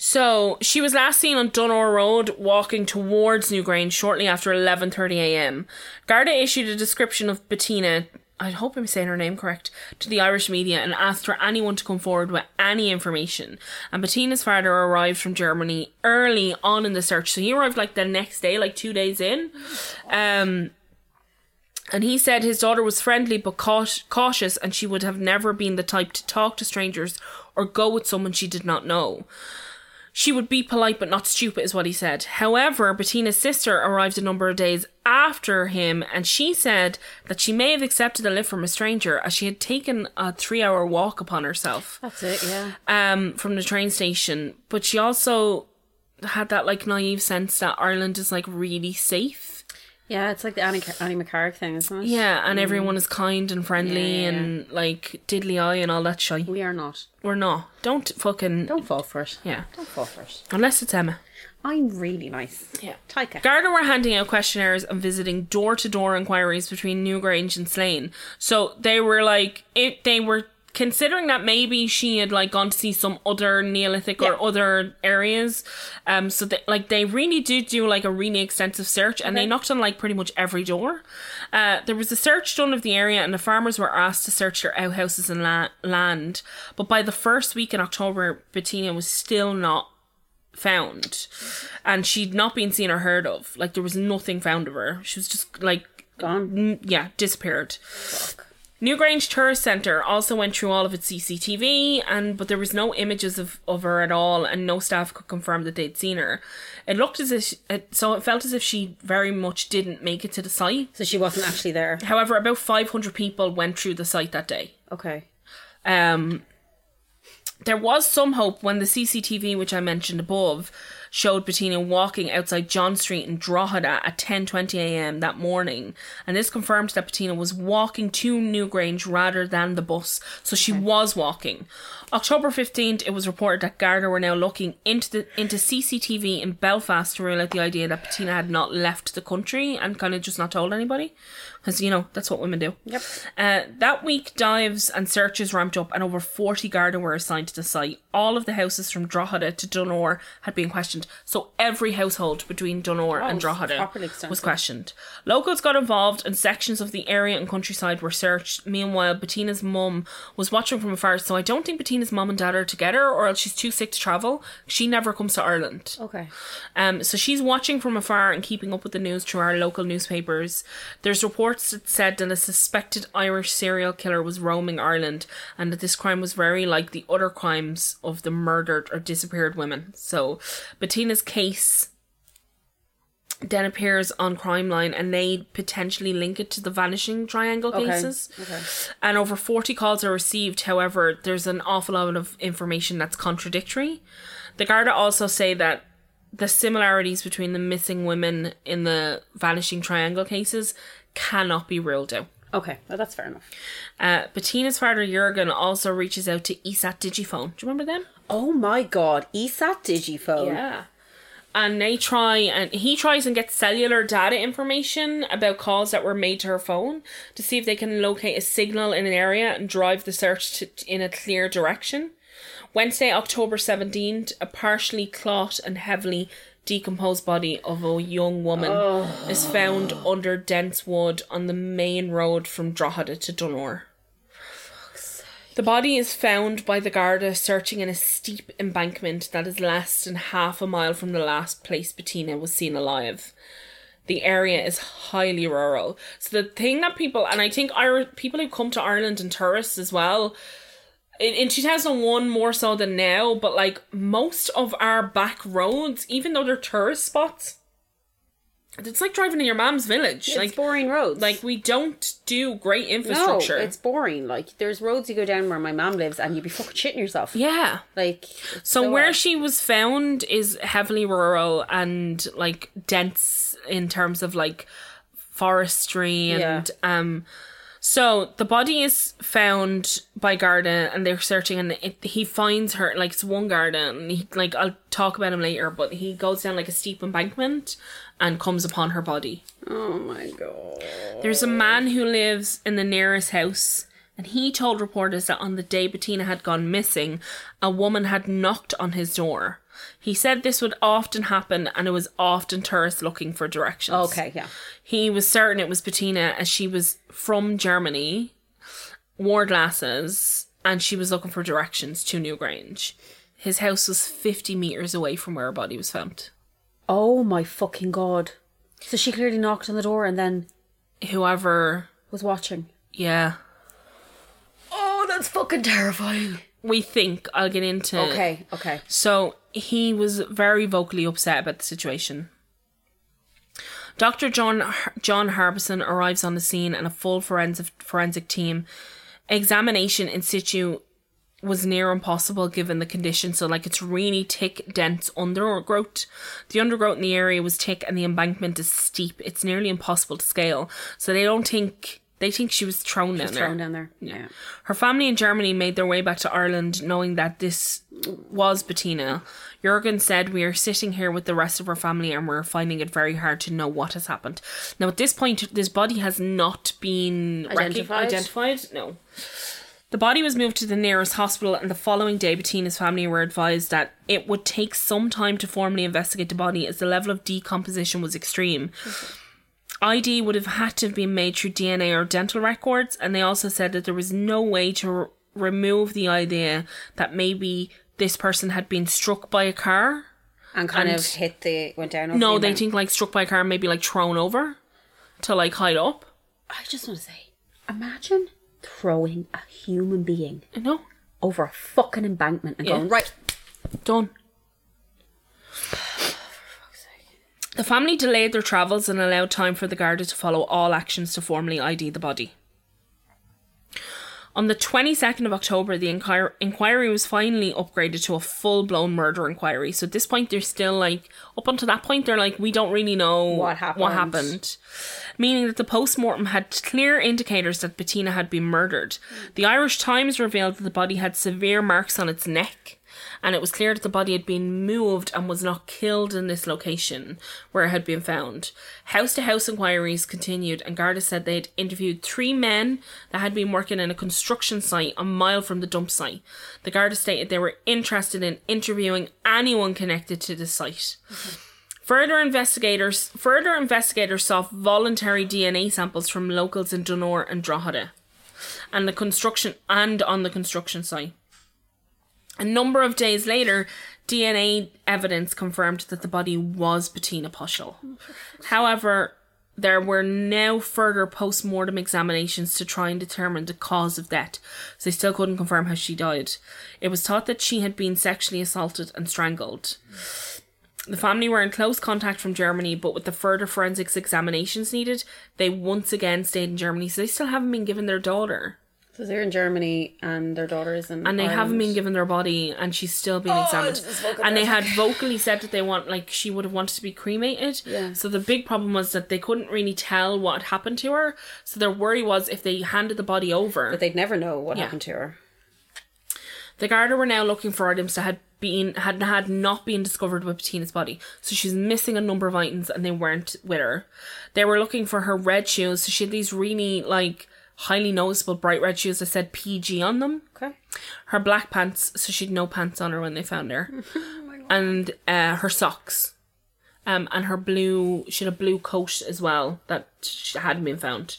Speaker 2: so she was last seen on Dunor Road walking towards Newgrange shortly after 11:30 a.m. Garda issued a description of Bettina. I hope I'm saying her name correct to the Irish media and asked for anyone to come forward with any information. And Bettina's father arrived from Germany early on in the search, so he arrived like the next day, like two days in. Um, and he said his daughter was friendly but caut- cautious, and she would have never been the type to talk to strangers or go with someone she did not know. She would be polite but not stupid, is what he said. However, Bettina's sister arrived a number of days after him, and she said that she may have accepted a lift from a stranger as she had taken a three hour walk upon herself
Speaker 3: That's it, yeah.
Speaker 2: um, from the train station. But she also had that like naive sense that Ireland is like really safe.
Speaker 3: Yeah, it's like the Annie, Annie McCarrick thing, isn't it?
Speaker 2: Yeah, and everyone is kind and friendly
Speaker 3: Mm. Yeah, yeah,
Speaker 2: and like diddly eye and all that shit.
Speaker 3: We are not.
Speaker 2: We're not. Don't fucking.
Speaker 3: Don't fall for it.
Speaker 2: Yeah.
Speaker 3: Don't fall for it.
Speaker 2: Unless it's Emma.
Speaker 3: I'm really nice.
Speaker 2: Yeah.
Speaker 3: Taika.
Speaker 2: Garda were handing out questionnaires and visiting door to door inquiries between Newgrange and Slane. So they were like, if they were considering that maybe she had like gone to see some other Neolithic
Speaker 3: Yeah.
Speaker 2: or other areas. Um, so they, like they really did do like a really extensive search, and they knocked on like pretty much every door. Uh, there was a search done of the area, and the farmers were asked to search their outhouses and la- land. But by the first week in October, Bettina was still not found and she'd not been seen or heard of like there was nothing found of her she was just like
Speaker 3: Gone.
Speaker 2: n- yeah disappeared newgrange tourist centre also went through all of its cctv and but there was no images of, of her at all and no staff could confirm that they'd seen her it looked as if she- it, so it felt as if she very much didn't make it to the site
Speaker 3: So she wasn't actually there.
Speaker 2: however about 500 people went through the site that day
Speaker 3: Okay.
Speaker 2: um, there was some hope when the CCTV, which I mentioned above, showed Bettina walking outside John Street in Drogheda at 10:20 a.m. that morning, and this confirmed that Bettina was walking to Newgrange rather than the bus, so she was walking. October 15th, it was reported that Garda were now looking into the into CCTV in Belfast to rule out the idea that Bettina had not left the country and kind of just not told anybody, because you know that's what women do.
Speaker 3: Yep.
Speaker 2: Uh, that week, dives and searches ramped up, and over 40 Garda were assigned to the site. All of the houses from Drogheda to Dunor had been questioned, so every household between Dunor and Drogheda
Speaker 3: Oh, properly extensive.
Speaker 2: was questioned. Locals got involved, and sections of the area and countryside were searched. Meanwhile, Bettina's mum was watching from afar, so I don't think Bettina's mum and dad are together, or else she's too sick to travel. She never comes to Ireland.
Speaker 3: Okay.
Speaker 2: Um, so she's watching from afar and keeping up with the news through our local newspapers. There's reports that said that a suspected Irish serial killer was roaming Ireland and that this crime was very like the other crimes of the murdered or disappeared women. So Bettina's case then appears on Crimeline and they potentially link it to the vanishing triangle
Speaker 3: Okay.
Speaker 2: cases.
Speaker 3: Okay.
Speaker 2: And over 40 calls are received. However, there's an awful lot of information that's contradictory. The Garda also say that the similarities between the missing women in the vanishing triangle cases cannot be ruled out.
Speaker 3: Okay. Well, that's fair enough.
Speaker 2: Uh, Bettina's father Jurgen also reaches out to ESAT Digifone. Do you remember them?
Speaker 3: Oh my god. ESAT Digiphone.
Speaker 2: Yeah. And they try and he tries and gets cellular data information about calls that were made to her phone to see if they can locate a signal in an area and drive the search to, in a clear direction. Wednesday, October 17th, a partially clot and heavily decomposed body of a young woman is found under dense wood on the main road from Drogheda to Dunor. The body is found by the Garda searching in a steep embankment that is less than half a mile from the last place Bettina was seen alive. The area is highly rural. So the thing that people and I think Ir- people who come to Ireland and tourists as well in, in 2001 more so than now, but like most of our back roads, even though they're tourist spots, it's like driving in your mom's village.
Speaker 3: It's
Speaker 2: like
Speaker 3: boring roads.
Speaker 2: like we don't do great
Speaker 3: no,
Speaker 2: infrastructure.
Speaker 3: it's boring. Like there's roads you go down where my mom lives, and you'd be fucking shitting yourself.
Speaker 2: yeah.
Speaker 3: Like
Speaker 2: So
Speaker 3: so
Speaker 2: where
Speaker 3: odd.
Speaker 2: she was found is heavily rural and like dense in terms of like forestry and um So the body is found by Garda, and they're searching, and it, he finds her. Like it's one Garda, and he like I'll talk about him later, but he goes down like a steep embankment, and comes upon her body.
Speaker 3: Oh my god.
Speaker 2: There's a man who lives in the nearest house, and he told reporters that on the day Bettina had gone missing, a woman had knocked on his door. He said this would often happen, and it was often tourists looking for directions.
Speaker 3: Okay, yeah.
Speaker 2: He was certain it was Bettina as she was from Germany, wore glasses, and she was looking for directions to Newgrange. His house was 50 metres away from where her body was found.
Speaker 3: Oh my fucking god. So she clearly knocked on the door and then
Speaker 2: Whoever,
Speaker 3: was watching.
Speaker 2: yeah,
Speaker 3: Oh, that's fucking terrifying.
Speaker 2: we think I'll get into.
Speaker 3: Okay, okay.
Speaker 2: So he was very vocally upset about the situation. Dr. John John Harbison arrives on the scene and a full forensic forensic team examination in situ was near impossible given the condition. So like it's really thick, dense undergrowth. The undergrowth in the area was thick and the embankment is steep. It's nearly impossible to scale. So they don't think they think she was thrown down there.
Speaker 3: Thrown down there. Yeah.
Speaker 2: Her family in Germany made their way back to Ireland knowing that this was Bettina. Jurgen said, We are sitting here with the rest of her family and we're finding it very hard to know what has happened. Now, at this point, this body has not been rec-
Speaker 3: Identified?
Speaker 2: identified. No. The body was moved to the nearest hospital, and the following day, Bettina's family were advised that it would take some time to formally investigate the body as the level of decomposition was extreme. ID would have had to have been made through DNA or dental records, and they also said that there was no way to r remove the idea that maybe this person had been struck by a car.
Speaker 3: And kind
Speaker 2: And-
Speaker 3: of hit the went down over
Speaker 2: No,
Speaker 3: the
Speaker 2: they
Speaker 3: embankment.
Speaker 2: think like struck by a car, maybe like thrown over to like hide up.
Speaker 3: I just want to say, imagine throwing a human being
Speaker 2: No,
Speaker 3: over a fucking embankment and
Speaker 2: Yeah.
Speaker 3: going, right,
Speaker 2: Done. The family delayed their travels and allowed time for the Garda to follow all actions to formally ID the body. On the 22nd of October, the inquir- inquiry was finally upgraded to a full blown murder inquiry. So at this point, they're still like, up until that point, they're like, we don't really know
Speaker 3: What happened.
Speaker 2: What happened. Meaning that the post mortem had clear indicators that Bettina had been murdered. The Irish Times revealed that the body had severe marks on its neck and it was clear that the body had been moved and was not killed in this location where it had been found. House to house inquiries continued, and Garda said they had interviewed three men that had been working in a construction site a mile from the dump site. The Garda stated they were interested in interviewing anyone connected to the site. Further investigators further investigators sought voluntary DNA samples from locals in Dunor and Drogheda and the construction and on the construction site. A number of days later, DNA evidence confirmed that the body was Bettina Pushel. However, there were no further post mortem examinations to try and determine the cause of death, so they still couldn't confirm how she died. It was thought that she had been sexually assaulted and strangled. The family were in close contact from Germany, but with the further forensics examinations needed, they once again stayed in Germany, so they still haven't been given their daughter.
Speaker 3: So they're in Germany and their daughter is in
Speaker 2: and they
Speaker 3: Ireland.
Speaker 2: haven't been given their body and she's still being examined and they had vocally said that they want like she would have wanted to be cremated
Speaker 3: Yeah.
Speaker 2: so the big problem was that they couldn't really tell what had happened to her so their worry was if they handed the body over
Speaker 3: But they'd never know what happened to her.
Speaker 2: the Garda were now looking for items that had been had had not been discovered with Bettina's body. So she's missing a number of items and they weren't with her. They were looking for her red shoes, so she had these really like highly noticeable bright red shoes that said PG on them.
Speaker 3: Okay.
Speaker 2: Her black pants, so she'd no pants on her when they found her.
Speaker 3: Oh
Speaker 2: and uh, her socks. Um, and her blue, she had a blue coat as well that sh- hadn't been found.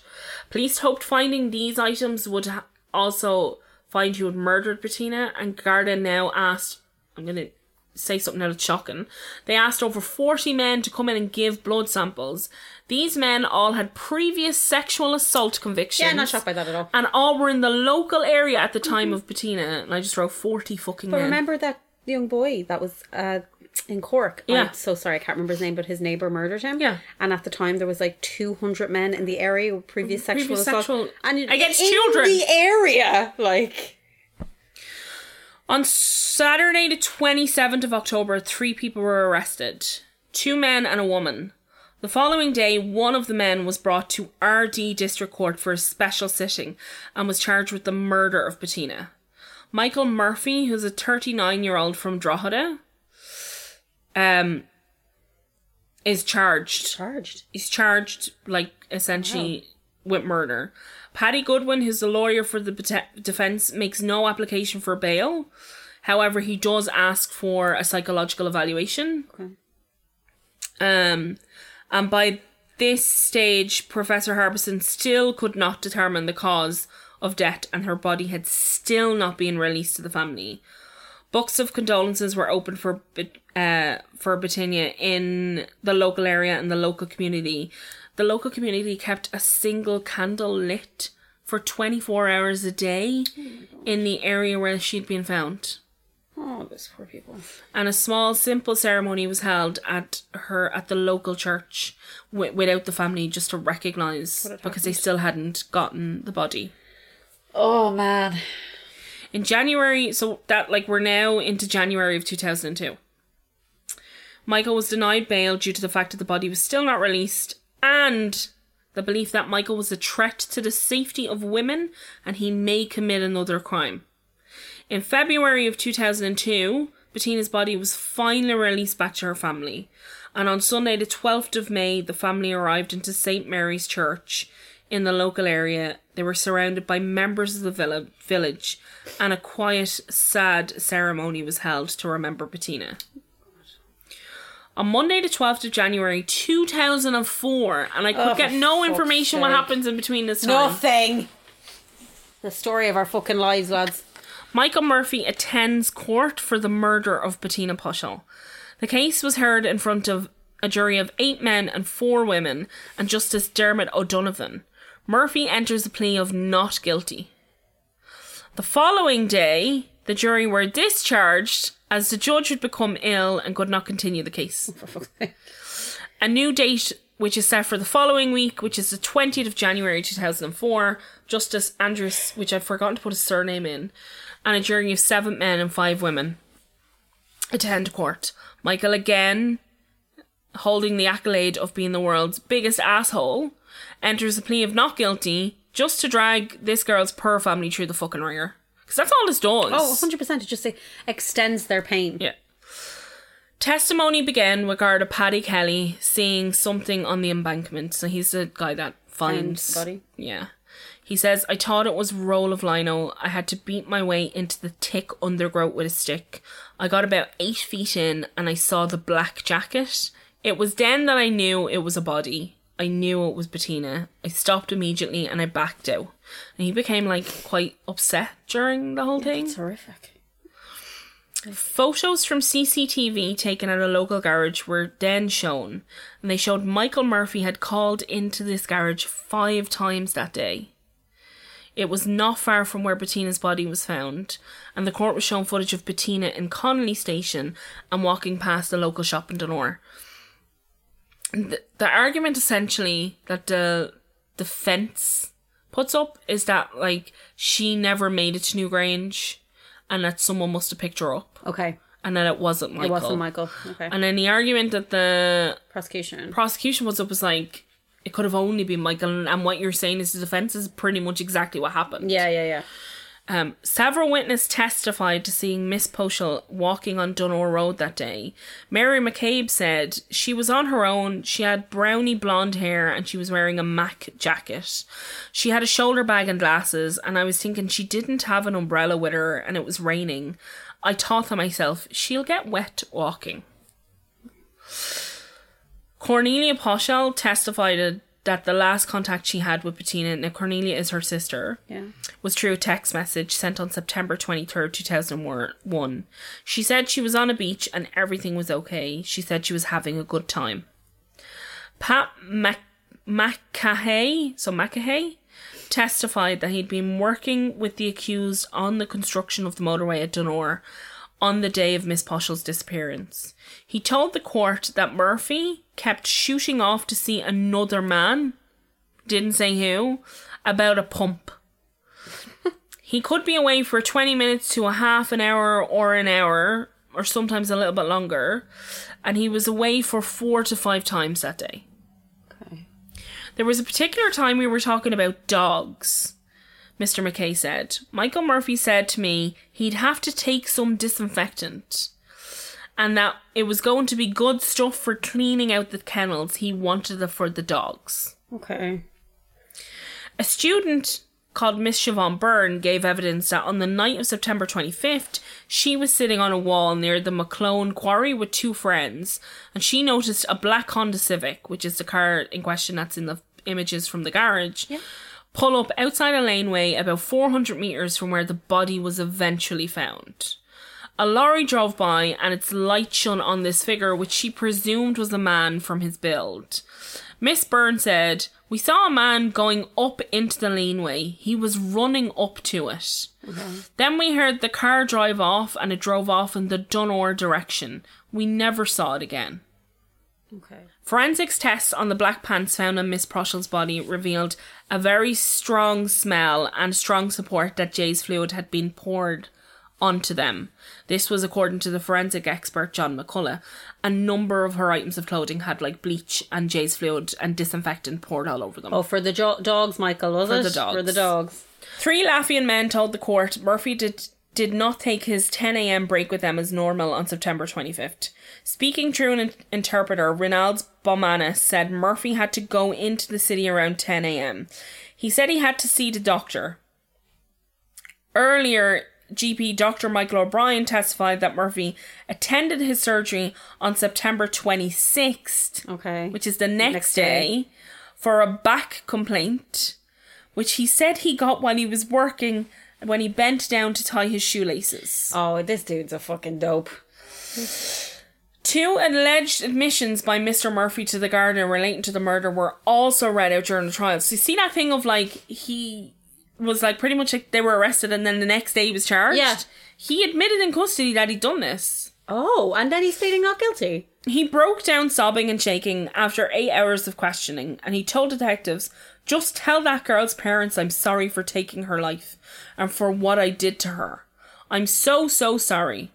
Speaker 2: Police hoped finding these items would ha- also find who had murdered Bettina, and Garda now asked, I'm going to say something that's shocking. They asked over 40 men to come in and give blood samples. These men all had previous sexual assault convictions.
Speaker 3: Yeah, not shocked by that at all.
Speaker 2: And all were in the local area at the time of Bettina, and I just wrote 40 fucking
Speaker 3: But
Speaker 2: men.
Speaker 3: remember that young boy that was uh, in Cork?
Speaker 2: Yeah.
Speaker 3: I'm so sorry, I can't remember his name, but his neighbour murdered him.
Speaker 2: Yeah.
Speaker 3: And at the time, there was like 200 men in the area with previous sexual
Speaker 2: Previous
Speaker 3: assault.
Speaker 2: sexual-
Speaker 3: and in-
Speaker 2: against
Speaker 3: in
Speaker 2: children.
Speaker 3: the area! Like,
Speaker 2: On Saturday, the 27th of October, three people were arrested two men and a woman. The following day, one of the men was brought to RD District Court for a special sitting and was charged with the murder of Bettina. Michael Murphy, who's a 39 year old from Drogheda, um, is charged
Speaker 3: Charged.
Speaker 2: he's charged like essentially with murder. Paddy Goodwin, who's the lawyer for the prote- defense, makes no application for bail. However, he does ask for a psychological evaluation. Um, and by this stage, Professor Harbison still could not determine the cause of death, and her body had still not been released to the family. Books of condolences were opened for Bet- uh, for Betinia in the local area and the local community. The local community kept a single candle lit for 24 hours a day in the area where she'd been found.
Speaker 3: Oh, those poor people.
Speaker 2: And a small, simple ceremony was held at her at the local church wi- without the family just to recognise because they still hadn't gotten the body.
Speaker 3: Oh man.
Speaker 2: in January, so that like we're now into January of 2002. Michael was denied bail due to the fact that the body was still not released and the belief that Michael was a threat to the safety of women and he may commit another crime. In February of 2002, Bettina's body was finally released back to her family. And on Sunday, the 12th of May, the family arrived into St. Mary's Church in the local area. They were surrounded by members of the villa- village, and a quiet, sad ceremony was held to remember Bettina. On Monday, the 12th of January 2004, and I could
Speaker 3: Oh,
Speaker 2: get
Speaker 3: for
Speaker 2: no
Speaker 3: fuck's
Speaker 2: information what
Speaker 3: sake.
Speaker 2: happens in between this time.
Speaker 3: Nothing. The story of our fucking lives, lads.
Speaker 2: Michael Murphy attends court for the murder of Bettina Pushel. The case was heard in front of a jury of eight men and four women and Justice Dermot O'Donovan. Murphy enters a plea of not guilty. The following day, the jury were discharged as the judge had become ill and could not continue the case.
Speaker 3: For fuck's sake.
Speaker 2: A new date, which is set for the following week, which is the 20th of January 2004, Justice Andrews, which I've forgotten to put his surname in, and a jury of seven men and five women attend court. Michael again, holding the accolade of being the world's biggest asshole, enters a plea of not guilty just to drag this girl's poor family through the fucking ringer. Because that's all this does.
Speaker 3: Oh, 100% it just say, extends their pain.
Speaker 2: Yeah. Testimony began with regard to Paddy Kelly seeing something on the embankment. So he's the guy that finds.
Speaker 3: Finds body.
Speaker 2: Yeah. He says, I thought it was roll of lino. I had to beat my way into the thick undergrowth with a stick. I got about eight feet in and I saw the black jacket. It was then that I knew it was a body. I knew it was Bettina. I stopped immediately and I backed out. And he became like quite upset during the whole thing.
Speaker 3: It's horrific.
Speaker 2: Photos from CCTV taken at a local garage were then shown, and they showed Michael Murphy had called into this garage five times that day. It was not far from where Bettina's body was found, and the court was shown footage of Bettina in Connolly Station and walking past the local shop in Dunor. The, the argument essentially that the defense puts up is that like she never made it to Newgrange, and that someone must have picked her up
Speaker 3: Okay.
Speaker 2: and that it wasn't Michael.
Speaker 3: It wasn't Michael. Okay.
Speaker 2: And then the argument that the
Speaker 3: Prosecution.
Speaker 2: prosecution was up was like, it could have only been Michael, and- and what you're saying is the defense is pretty much exactly what happened.
Speaker 3: yeah, yeah, yeah.
Speaker 2: Um, several witnesses testified to seeing Miss Poshel walking on Dunor Road that day. Mary McCabe said she was on her own, she had browny blonde hair, and she was wearing a MAC jacket. She had a shoulder bag and glasses, and I was thinking she didn't have an umbrella with her, and it was raining. I thought to myself, she'll get wet walking. Cornelia Poshel testified uh, that the last contact she had with Bettina, now Cornelia is her sister,
Speaker 3: Yeah.
Speaker 2: was through a text message sent on September 23rd, 2001. She said she was on a beach and everything was okay. She said she was having a good time. Pat Mac- McCahey, so McCahey, testified that he'd been working with the accused on the construction of the motorway at Dunor on the day of Miss Poshel's disappearance. He told the court that Murphy kept shooting off to see another man, didn't say who, about a pump. He could be away for 20 minutes to a half an hour or an hour, or sometimes a little bit longer, and he was away for four to five times that day. There was a particular time we were talking about dogs, Mr. McKay said. Michael Murphy said to me he'd have to take some disinfectant and that it was going to be good stuff for cleaning out the kennels. He wanted it for the dogs.
Speaker 3: Okay.
Speaker 2: A student called Miss Siobhan Byrne gave evidence that on the night of September 25th, she was sitting on a wall near the McClone Quarry with two friends, and she noticed a black Honda Civic, which is the car in question that's in the images from the garage, pull up outside a laneway about 400 metres from where the body was eventually found. A lorry drove by and its light shone on this figure, which she presumed was a man from his build. Miss Byrne said, We saw a man going up into the laneway. He was running up to it. Then we heard the car drive off and it drove off in the Dunor direction. We never saw it again.
Speaker 3: Okay.
Speaker 2: Forensics tests on the black pants found on Miss Proshell's body revealed a very strong smell and strong support that Jay's fluid had been poured onto them. This was according to the forensic expert John McCullough. A number of her items of clothing had like bleach and Jay's fluid and disinfectant poured all over them.
Speaker 3: Oh, for the jo- dogs, Michael, was it?
Speaker 2: the dogs.
Speaker 3: For the dogs.
Speaker 2: Three Laffian men told the court Murphy did did not take his 10 a.m. break with them as normal on September 25th. Speaking through an in- interpreter, Rinalds Bomana said Murphy had to go into the city around 10 a.m. He said he had to see the doctor. Earlier, GP Dr. Michael O'Brien testified that Murphy attended his surgery on September 26th
Speaker 3: Okay.
Speaker 2: which is the next,
Speaker 3: Next
Speaker 2: day,
Speaker 3: day.
Speaker 2: for a back complaint, which he said he got while he was working when he bent down to tie his shoelaces.
Speaker 3: oh, this dude's a fucking dope.
Speaker 2: Two alleged admissions by Mr. Murphy to the gardener relating to the murder were also read out during the trial. So you see that thing of like he was like pretty much like they were arrested and then the next day he was charged.
Speaker 3: Yeah.
Speaker 2: He admitted in custody that he'd done this.
Speaker 3: Oh, and then he's pleading not guilty.
Speaker 2: He broke down sobbing and shaking after eight hours of questioning, and he told detectives, Just tell that girl's parents I'm sorry for taking her life and for what I did to her. I'm so, so sorry.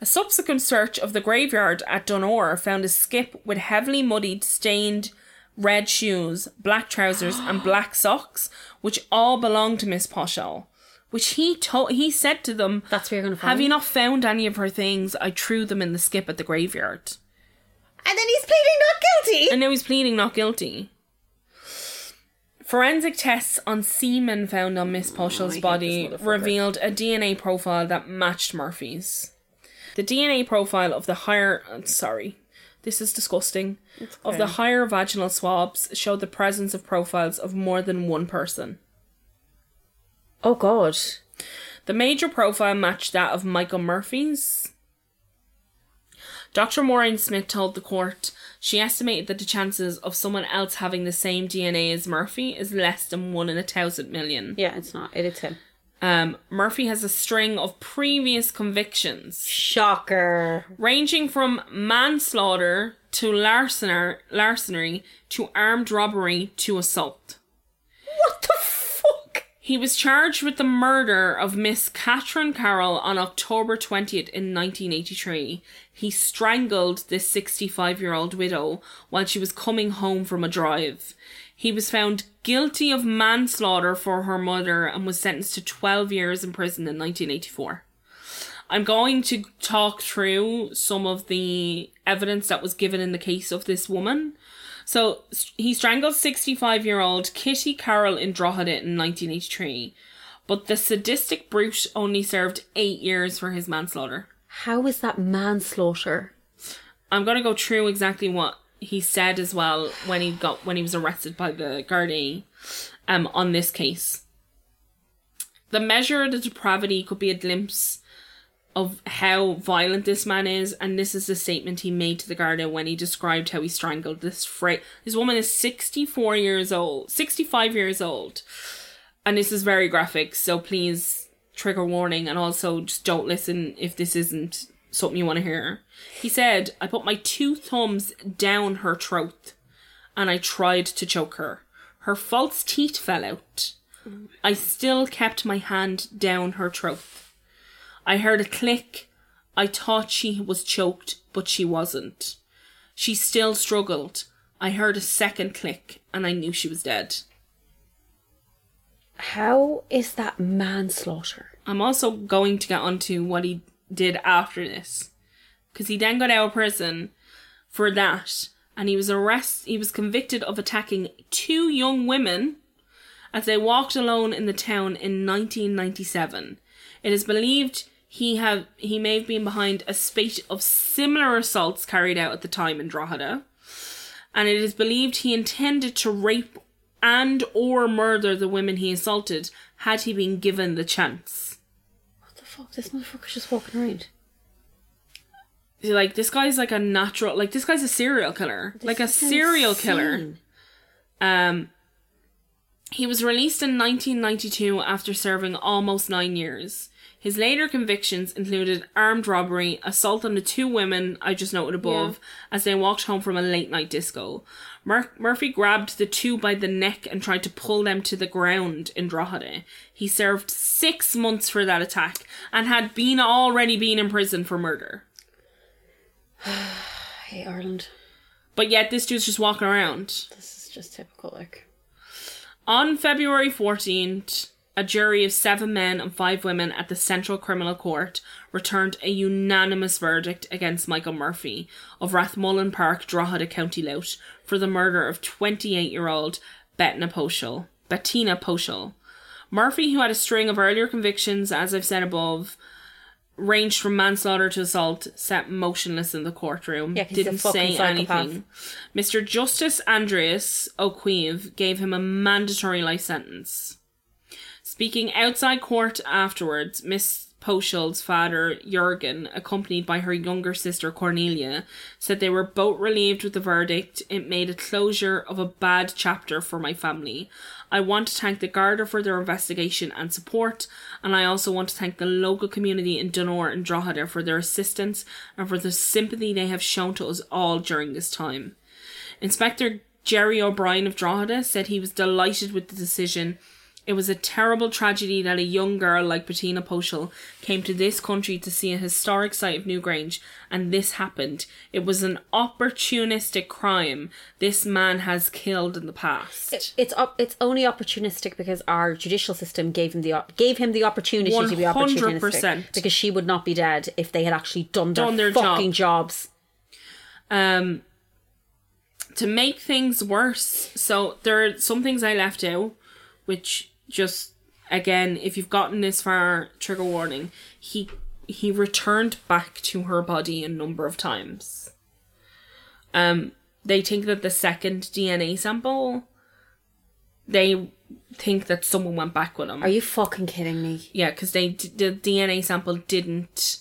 Speaker 2: A subsequent search of the graveyard at Dunor found a skip with heavily muddied, stained red shoes, black trousers, and black socks, which all belonged to Miss Poshall. Which he told, he said to them,
Speaker 3: That's where you're gonna
Speaker 2: Have
Speaker 3: find
Speaker 2: you not found any of her things? I threw them in the skip at the graveyard."
Speaker 3: And then he's pleading not guilty.
Speaker 2: And now he's pleading not guilty. Forensic tests on semen found on Miss Poshall's body revealed a DNA profile that matched Murphy's. The DNA profile of the higher. I'm sorry, this is disgusting. Of the higher vaginal swabs showed the presence of profiles of more than one person.
Speaker 3: Oh God.
Speaker 2: The major profile matched that of Michael Murphy's. Dr. Maureen Smith told the court she estimated that the chances of someone else having the same DNA as Murphy is less than one in a thousand million.
Speaker 3: Yeah, it's not. It is him.
Speaker 2: Um, Murphy has a string of previous convictions
Speaker 3: Shocker.
Speaker 2: ranging from manslaughter to larcener, larceny to armed robbery to assault.
Speaker 3: What the fuck?
Speaker 2: He was charged with the murder of Miss Catherine Carroll on October 20th in 1983. He strangled this 65 year old widow while she was coming home from a drive. He was found guilty of manslaughter for her mother and was sentenced to 12 years in prison in 1984. I'm going to talk through some of the evidence that was given in the case of this woman. So s- he strangled 65 year old Kitty Carroll in Drogheda in 1983, but the sadistic brute only served eight years for his manslaughter.
Speaker 3: How is that manslaughter?
Speaker 2: I'm going to go through exactly what he said as well when he got when he was arrested by the Gardaí um, on this case. The measure of the depravity could be a glimpse of how violent this man is, and this is the statement he made to the Garda when he described how he strangled this fra- This woman is 64 years old, 65 years old, and this is very graphic. So please trigger warning, and also just don't listen if this isn't something you want to hear. He said, "I put my two thumbs down her throat, and I tried to choke her. Her false teeth fell out. I still kept my hand down her throat." I heard a click. I thought she was choked, but she wasn't. She still struggled. I heard a second click and I knew she was dead.
Speaker 3: How is that manslaughter?
Speaker 2: I'm also going to get onto what he did after this, because he then got out of prison for that, and he was arrested. He was convicted of attacking two young women as they walked alone in the town in 1997. It is believed he have he may have been behind a spate of similar assaults carried out at the time in Drogheda, and it is believed he intended to rape and or murder the women he assaulted had he been given the chance.
Speaker 3: What the fuck? This motherfucker's just walking around.
Speaker 2: You're like this guy's like a natural like this guy's a serial killer like a
Speaker 3: This is
Speaker 2: serial
Speaker 3: insane.
Speaker 2: killer um he was released in 1992 after serving almost nine years his later convictions included armed robbery assault on the two women i just noted above as they walked home from a late night disco Mur- murphy grabbed the two by the neck and tried to pull them to the ground in drogheda he served six months for that attack and had been already been in prison for murder
Speaker 3: I hate Ireland.
Speaker 2: But yet this dude's just walking around.
Speaker 3: This is just typical. Like,
Speaker 2: On February 14th, a jury of seven men and five women at the Central Criminal Court returned a unanimous verdict against Michael Murphy of Rathmullen Park, Drogheda, County Louth, for the murder of 28 year old Bettina Poschel. Bettina Poschel. Murphy, who had a string of earlier convictions, as I've said above, ranged from manslaughter to assault, sat motionless in the courtroom,
Speaker 3: Yeah, 'cause he's a
Speaker 2: didn't
Speaker 3: fucking
Speaker 2: say
Speaker 3: psychopath.
Speaker 2: anything. Mr. Justice Andreas O'Queeve gave him a mandatory life sentence. Speaking outside court afterwards, Miss Poschel's father, Jurgen, accompanied by her younger sister Cornelia, said they were both relieved with the verdict. It made a closure of a bad chapter for my family. I want to thank the Garda for their investigation and support, and I also want to thank the local community in Dunor and Drogheda for their assistance and for the sympathy they have shown to us all during this time. Inspector Jerry O'Brien of Drogheda said he was delighted with the decision. It was a terrible tragedy that a young girl like Bettina Poschel came to this country to see a historic site of Newgrange, and this happened. It was an opportunistic crime this man has killed in the past.
Speaker 3: it's op- it's only opportunistic because our judicial system gave him the op- gave him the opportunity to be
Speaker 2: 100%.
Speaker 3: opportunistic. Because she would not be dead if they had actually done their,
Speaker 2: Done their job.
Speaker 3: fucking jobs.
Speaker 2: Um, to make things worse, so there are some things I left out, which just again, if you've gotten this far, trigger warning. He he returned back to her body a number of times. Um, they think that the second DNA sample, they think that someone went back with him.
Speaker 3: Are you fucking kidding me?
Speaker 2: Yeah, because they d- the DNA sample didn't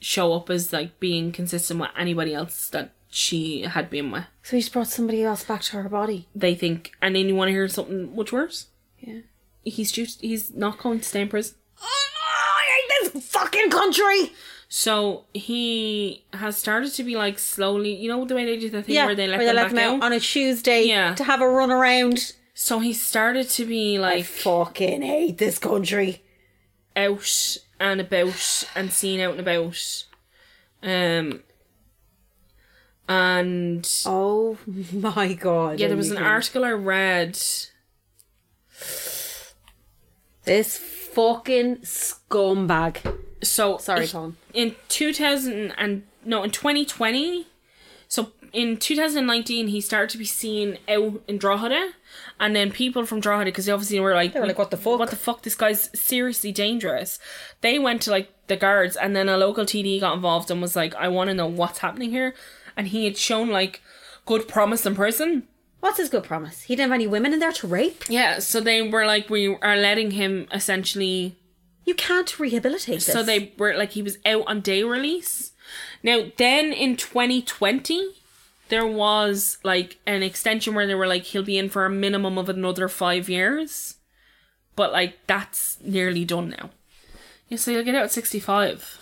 Speaker 2: show up as like being consistent with anybody else that she had been with.
Speaker 3: So he just brought somebody else back to her body.
Speaker 2: They think, and then you want to hear something much worse.
Speaker 3: Yeah.
Speaker 2: He's just he's not going to stay in prison.
Speaker 3: I hate this fucking country.
Speaker 2: So he has started to be like slowly, you know, the way they do the thing where they let them back
Speaker 3: them
Speaker 2: out.
Speaker 3: on a Tuesday
Speaker 2: Yeah.
Speaker 3: to have a run around.
Speaker 2: so he started to be
Speaker 3: I
Speaker 2: like
Speaker 3: fucking hate this country.
Speaker 2: out and about and seen out and about, um, and
Speaker 3: Oh my god.
Speaker 2: Yeah, there was an
Speaker 3: Imogen.
Speaker 2: article I read.
Speaker 3: This fucking scumbag.
Speaker 2: So
Speaker 3: Sorry,
Speaker 2: in-
Speaker 3: Colin.
Speaker 2: In two thousand and no, in twenty twenty. So in two thousand nineteen, he started to be seen out in Drogheda, and then people from Drogheda because they obviously were like,
Speaker 3: were like, "What the fuck?"
Speaker 2: What the fuck? This guy's seriously dangerous." They went to like the guards, and then a local TD got involved and was like, "I want to know what's happening here," and he had shown like good promise in prison.
Speaker 3: What's his good promise? He didn't have any women in there to rape.
Speaker 2: Yeah, so they were like, "We are letting him essentially."
Speaker 3: You can't rehabilitate this.
Speaker 2: So they were like he was out on day release. Now then in 2020 there was like an extension where they were like he'll be in for a minimum of another 5 years. But like that's nearly done now. Yeah, so he'll get out at 65.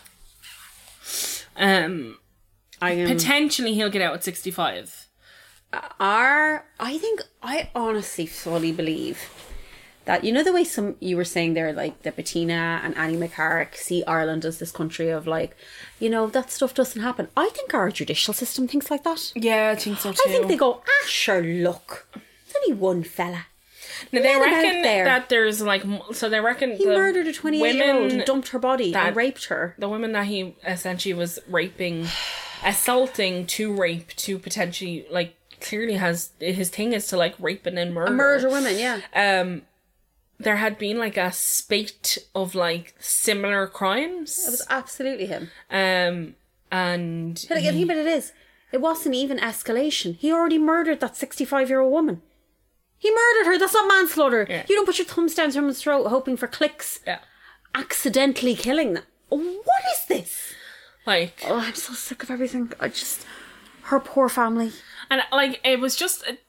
Speaker 2: Um
Speaker 3: I am.
Speaker 2: potentially he'll get out at 65.
Speaker 3: Are I think I honestly fully believe that you know the way some you were saying there like the Bettina and Annie McCarrick see Ireland as this country of like, you know that stuff doesn't happen. I think our judicial system thinks like that.
Speaker 2: Yeah, I think so too.
Speaker 3: I think they go, ah, sure, look, there's only one fella.
Speaker 2: Now, they
Speaker 3: Let him out
Speaker 2: reckon
Speaker 3: there.
Speaker 2: that there's like m- so they reckon
Speaker 3: He murdered a 28 year old and dumped her body
Speaker 2: that-
Speaker 3: and raped her.
Speaker 2: the women that he essentially was raping, assaulting to rape to potentially like clearly has his thing is to like rape and then murder.
Speaker 3: Murder women, yeah.
Speaker 2: Um, there had been like a spate of like similar crimes.
Speaker 3: It was absolutely him.
Speaker 2: Um, and
Speaker 3: But again, think about it is. It wasn't even escalation. He already murdered that 65 year old woman. He murdered her. That's not manslaughter.
Speaker 2: Yeah.
Speaker 3: You don't put your thumbs down someone's throat hoping for clicks,
Speaker 2: yeah,
Speaker 3: accidentally killing them. What is this?
Speaker 2: like
Speaker 3: Oh, I'm so sick of everything. I just. Her poor family.
Speaker 2: and like it was just it-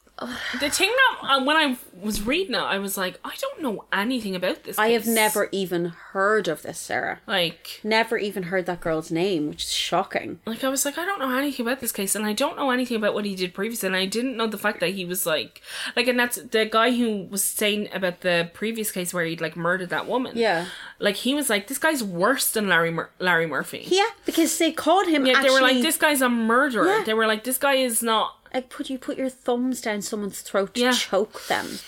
Speaker 2: the thing that uh, when I was reading it, I was like, I don't know anything about this.
Speaker 3: I have
Speaker 2: case.
Speaker 3: never even heard of this, Sarah.
Speaker 2: like
Speaker 3: Never even heard that girl's name, which is shocking.
Speaker 2: like I was like, I don't know anything about this case, and I don't know anything about what he did previously, and I didn't know the fact that he was like, like, and that's the guy who was saying about the previous case where he'd like murdered that woman.
Speaker 3: Yeah.
Speaker 2: like he was like, this guy's worse than Larry Mur- Larry Murphy.
Speaker 3: Yeah, because they caught him.
Speaker 2: yeah,
Speaker 3: actually,
Speaker 2: they were like, this guy's a murderer.
Speaker 3: Yeah.
Speaker 2: They were like, this guy is not.
Speaker 3: like put you put your thumbs down someone's throat to
Speaker 2: Yeah.
Speaker 3: choke them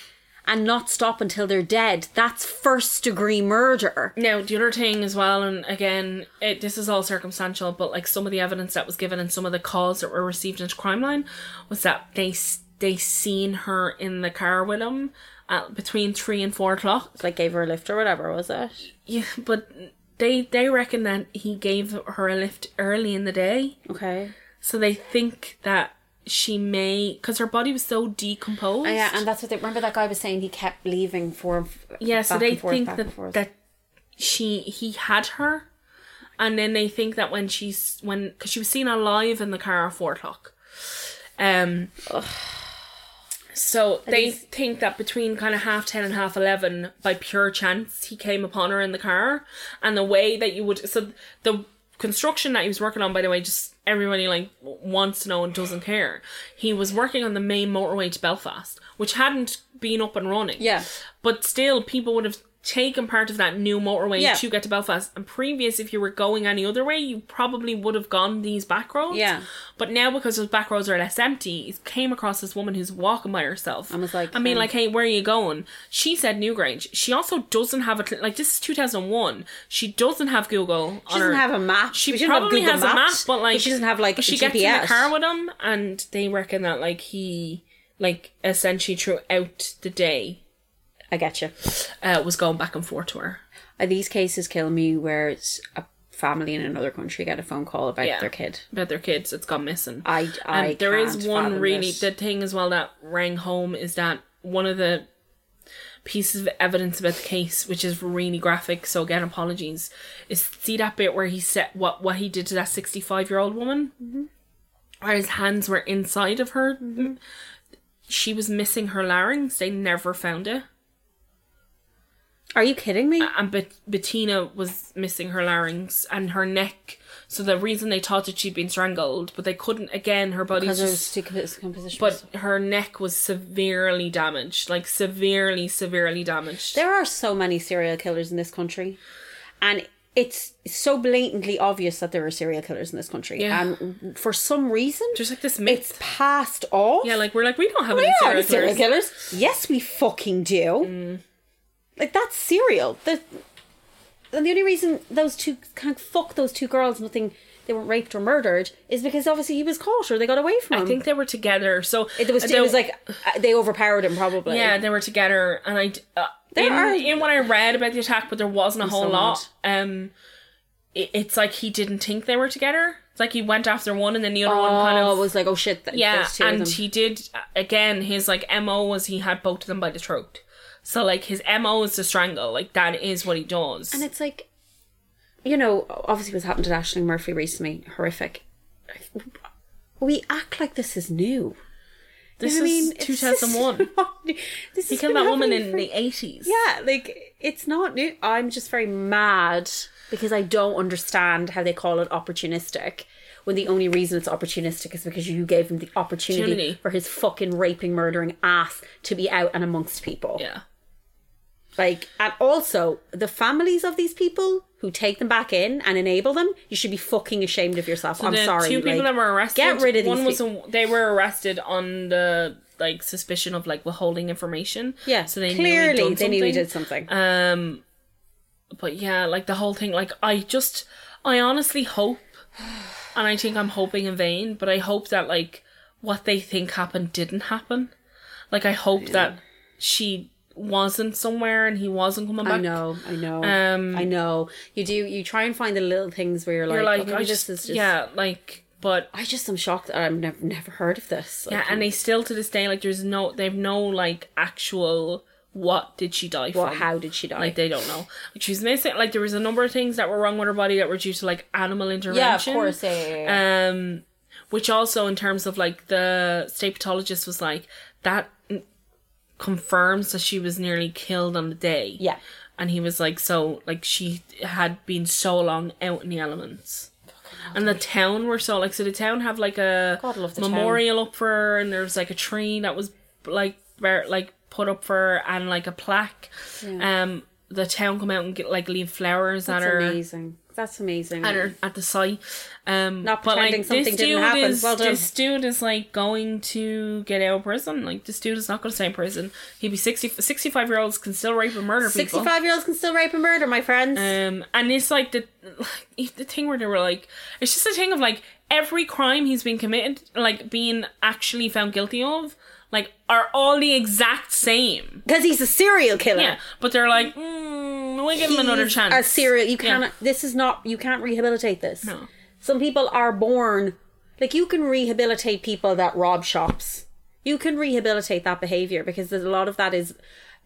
Speaker 3: and not stop until they're dead that's first degree murder
Speaker 2: Now the other thing as well, and again, it, this is all circumstantial, but like some of the evidence that was given and some of the calls that were received into crime line was that they s- they seen her in the car with him at between three and four o'clock.
Speaker 3: like gave her a lift or whatever was it
Speaker 2: Yeah, but they they reckon that he gave her a lift early in the day,
Speaker 3: okay
Speaker 2: so they think that she may because her body was so decomposed.
Speaker 3: Oh, yeah and that's what they remember that guy was saying he kept leaving for
Speaker 2: yeah, so
Speaker 3: back
Speaker 2: they
Speaker 3: and forth,
Speaker 2: think
Speaker 3: back and
Speaker 2: that
Speaker 3: forth.
Speaker 2: that she he had her, and then they think that when she's when because she was seen alive in the car at four o'clock, um. So they
Speaker 3: is-
Speaker 2: think that between kind of half ten and half eleven, by pure chance, he came upon her in the car, and the way that you would so the construction that he was working on, by the way, just everybody like w- wants to know and doesn't care. He was working on the main motorway to Belfast, which hadn't been up and running.
Speaker 3: Yeah.
Speaker 2: But still, people would have taken part of that new motorway
Speaker 3: Yeah.
Speaker 2: to get to Belfast. And previous, if you were going any other way, you probably would have gone these back roads.
Speaker 3: Yeah.
Speaker 2: But now, because those back roads are less empty, it came across this woman who's walking by herself. I
Speaker 3: was like,
Speaker 2: I mean,
Speaker 3: um,
Speaker 2: like, hey, where are you going? She said Newgrange. She also doesn't have a, cl- like, this is 2001. She doesn't have Google.
Speaker 3: she doesn't have a map
Speaker 2: She
Speaker 3: We shouldn't have
Speaker 2: probably
Speaker 3: Google
Speaker 2: has
Speaker 3: Maps,
Speaker 2: a map, but like
Speaker 3: she doesn't have like
Speaker 2: she
Speaker 3: GPS.
Speaker 2: gets in the car with him, and they reckon that like he like essentially throughout the day
Speaker 3: i get you
Speaker 2: uh, was going back and forth to her.
Speaker 3: Uh, these cases kill me where it's a family in another country get a phone call about
Speaker 2: Yeah.
Speaker 3: their kid
Speaker 2: About their kids, it's gone missing.
Speaker 3: I- I
Speaker 2: and there is
Speaker 3: can't
Speaker 2: one
Speaker 3: fathom
Speaker 2: really
Speaker 3: this.
Speaker 2: the thing as well that rang home is that one of the pieces of evidence about the case, which is really graphic. So again, apologies. Is see that bit where he said what what he did to that sixty five year old woman,
Speaker 3: Mm-hmm.
Speaker 2: where his hands were inside of her. She was missing her larynx. They never found it.
Speaker 3: are you kidding me
Speaker 2: and Bet- Bettina was missing her larynx and her neck. So the reason they thought that she'd been strangled, but they couldn't again. Her body
Speaker 3: because
Speaker 2: was
Speaker 3: of
Speaker 2: just,
Speaker 3: decomposition
Speaker 2: but her neck was severely damaged, like severely, severely damaged.
Speaker 3: There are so many serial killers in this country, and it's so blatantly obvious that there are serial killers in this country.
Speaker 2: Yeah.
Speaker 3: And for some reason,
Speaker 2: There's like this
Speaker 3: it's Oh,
Speaker 2: myth.
Speaker 3: passed off.
Speaker 2: yeah, like we're like we don't have
Speaker 3: we
Speaker 2: any
Speaker 3: are
Speaker 2: serial
Speaker 3: serial
Speaker 2: killers. Mm.
Speaker 3: killers. Yes, we fucking do. Like that's serial. The and the only reason those two can't fuck those two girls, nothing, they weren't raped or murdered, is because obviously he was caught or they got away from him.
Speaker 2: I think they were together. So
Speaker 3: it was, it
Speaker 2: they-
Speaker 3: was like uh, they overpowered him probably.
Speaker 2: yeah, they were together, and I d- uh,
Speaker 3: There
Speaker 2: in,
Speaker 3: are-
Speaker 2: in what I read about the attack, but there wasn't a whole
Speaker 3: so
Speaker 2: lot. Um, it, it's like he didn't think they were together. It's like he went after one, and then the other
Speaker 3: Oh,
Speaker 2: one kind of
Speaker 3: was like, oh shit. th-
Speaker 2: Yeah,
Speaker 3: there's two of
Speaker 2: and
Speaker 3: them.
Speaker 2: he did again. His like mo was he had both of them by the throat. So like his mo is to strangle. Like that is what he does.
Speaker 3: And it's like, you know, obviously what's happened to Ashley Murphy recently, horrific. We act like this is new.
Speaker 2: this
Speaker 3: You know what
Speaker 2: is
Speaker 3: I mean? It's
Speaker 2: two thousand
Speaker 3: just
Speaker 2: one.
Speaker 3: not new. This
Speaker 2: He
Speaker 3: has
Speaker 2: killed
Speaker 3: been
Speaker 2: that woman
Speaker 3: happening
Speaker 2: in
Speaker 3: for-
Speaker 2: the eighties.
Speaker 3: Yeah, like it's not new. I'm just very mad because I don't understand how they call it opportunistic. When the only reason it's opportunistic is because you gave him the opportunity
Speaker 2: Opportunity.
Speaker 3: for his fucking raping, murdering ass to be out and amongst people.
Speaker 2: yeah.
Speaker 3: Like, and also the families of these people who take them back in and enable them, you should be fucking ashamed of yourself. I'm
Speaker 2: the
Speaker 3: sorry.
Speaker 2: Two people
Speaker 3: like,
Speaker 2: that were arrested.
Speaker 3: Get rid of
Speaker 2: one
Speaker 3: these
Speaker 2: was
Speaker 3: people.
Speaker 2: a- they were arrested on the like suspicion of like withholding information.
Speaker 3: yeah,
Speaker 2: so they
Speaker 3: clearly
Speaker 2: knew he'd done
Speaker 3: they knew he
Speaker 2: something.
Speaker 3: did something.
Speaker 2: Um, but yeah, like the whole thing. Like I just, I honestly hope, and I think I'm hoping in vain, but I hope that like what they think happened didn't happen. Like I hope that she wasn't somewhere and he wasn't coming back.
Speaker 3: I know, I know,
Speaker 2: Um,
Speaker 3: I know. You do. You try and find the little things where you're like,
Speaker 2: You're
Speaker 3: oh,
Speaker 2: like,
Speaker 3: maybe
Speaker 2: I
Speaker 3: this
Speaker 2: just,
Speaker 3: is just
Speaker 2: yeah, like, but
Speaker 3: I just am shocked that I've never never heard of this. Like,
Speaker 2: yeah, and they still to this day like there's no they've no like actual what did she die
Speaker 3: what?
Speaker 2: from?
Speaker 3: How did she die?
Speaker 2: Like they don't know. Like she was missing. Like there was a number of things that were wrong with her body that were due to like animal intervention.
Speaker 3: yeah, of course. Yeah, yeah, yeah.
Speaker 2: Um, which also in terms of like the state pathologist was like that n- confirms that she was nearly killed on the day.
Speaker 3: yeah.
Speaker 2: and he was like, so like she had been so long out in the elements. And the town were so like so the town have like a
Speaker 3: God, I love the town.
Speaker 2: memorial up for her and there was like a tree that was like where like put up for her and like a plaque. Um the town come out and get like leave flowers
Speaker 3: That's
Speaker 2: at her
Speaker 3: amazing. That's amazing.
Speaker 2: at her at the site. Um
Speaker 3: Not
Speaker 2: but like
Speaker 3: pretending something
Speaker 2: this
Speaker 3: didn't
Speaker 2: dude
Speaker 3: happen.
Speaker 2: is
Speaker 3: Well done.
Speaker 2: this dude is like going to get out of prison. Like this dude is not gonna stay in prison. He'd be 60, 65 year olds can still rape and murder people.
Speaker 3: Sixty-five year olds can still rape and murder, my friends.
Speaker 2: Um, and it's like the like, the thing where they were like, it's just a thing of like every crime he's been committed, like being actually found guilty of, like are all the exact same.
Speaker 3: Because he's a serial killer.
Speaker 2: Yeah, but they're like, mm, we give him another
Speaker 3: He's
Speaker 2: chance.
Speaker 3: A serial. You
Speaker 2: Yeah.
Speaker 3: cannot. This is not. You can't rehabilitate this.
Speaker 2: No.
Speaker 3: Some people are born. Like you can rehabilitate people that rob shops. You can rehabilitate that behavior because there's a lot of that is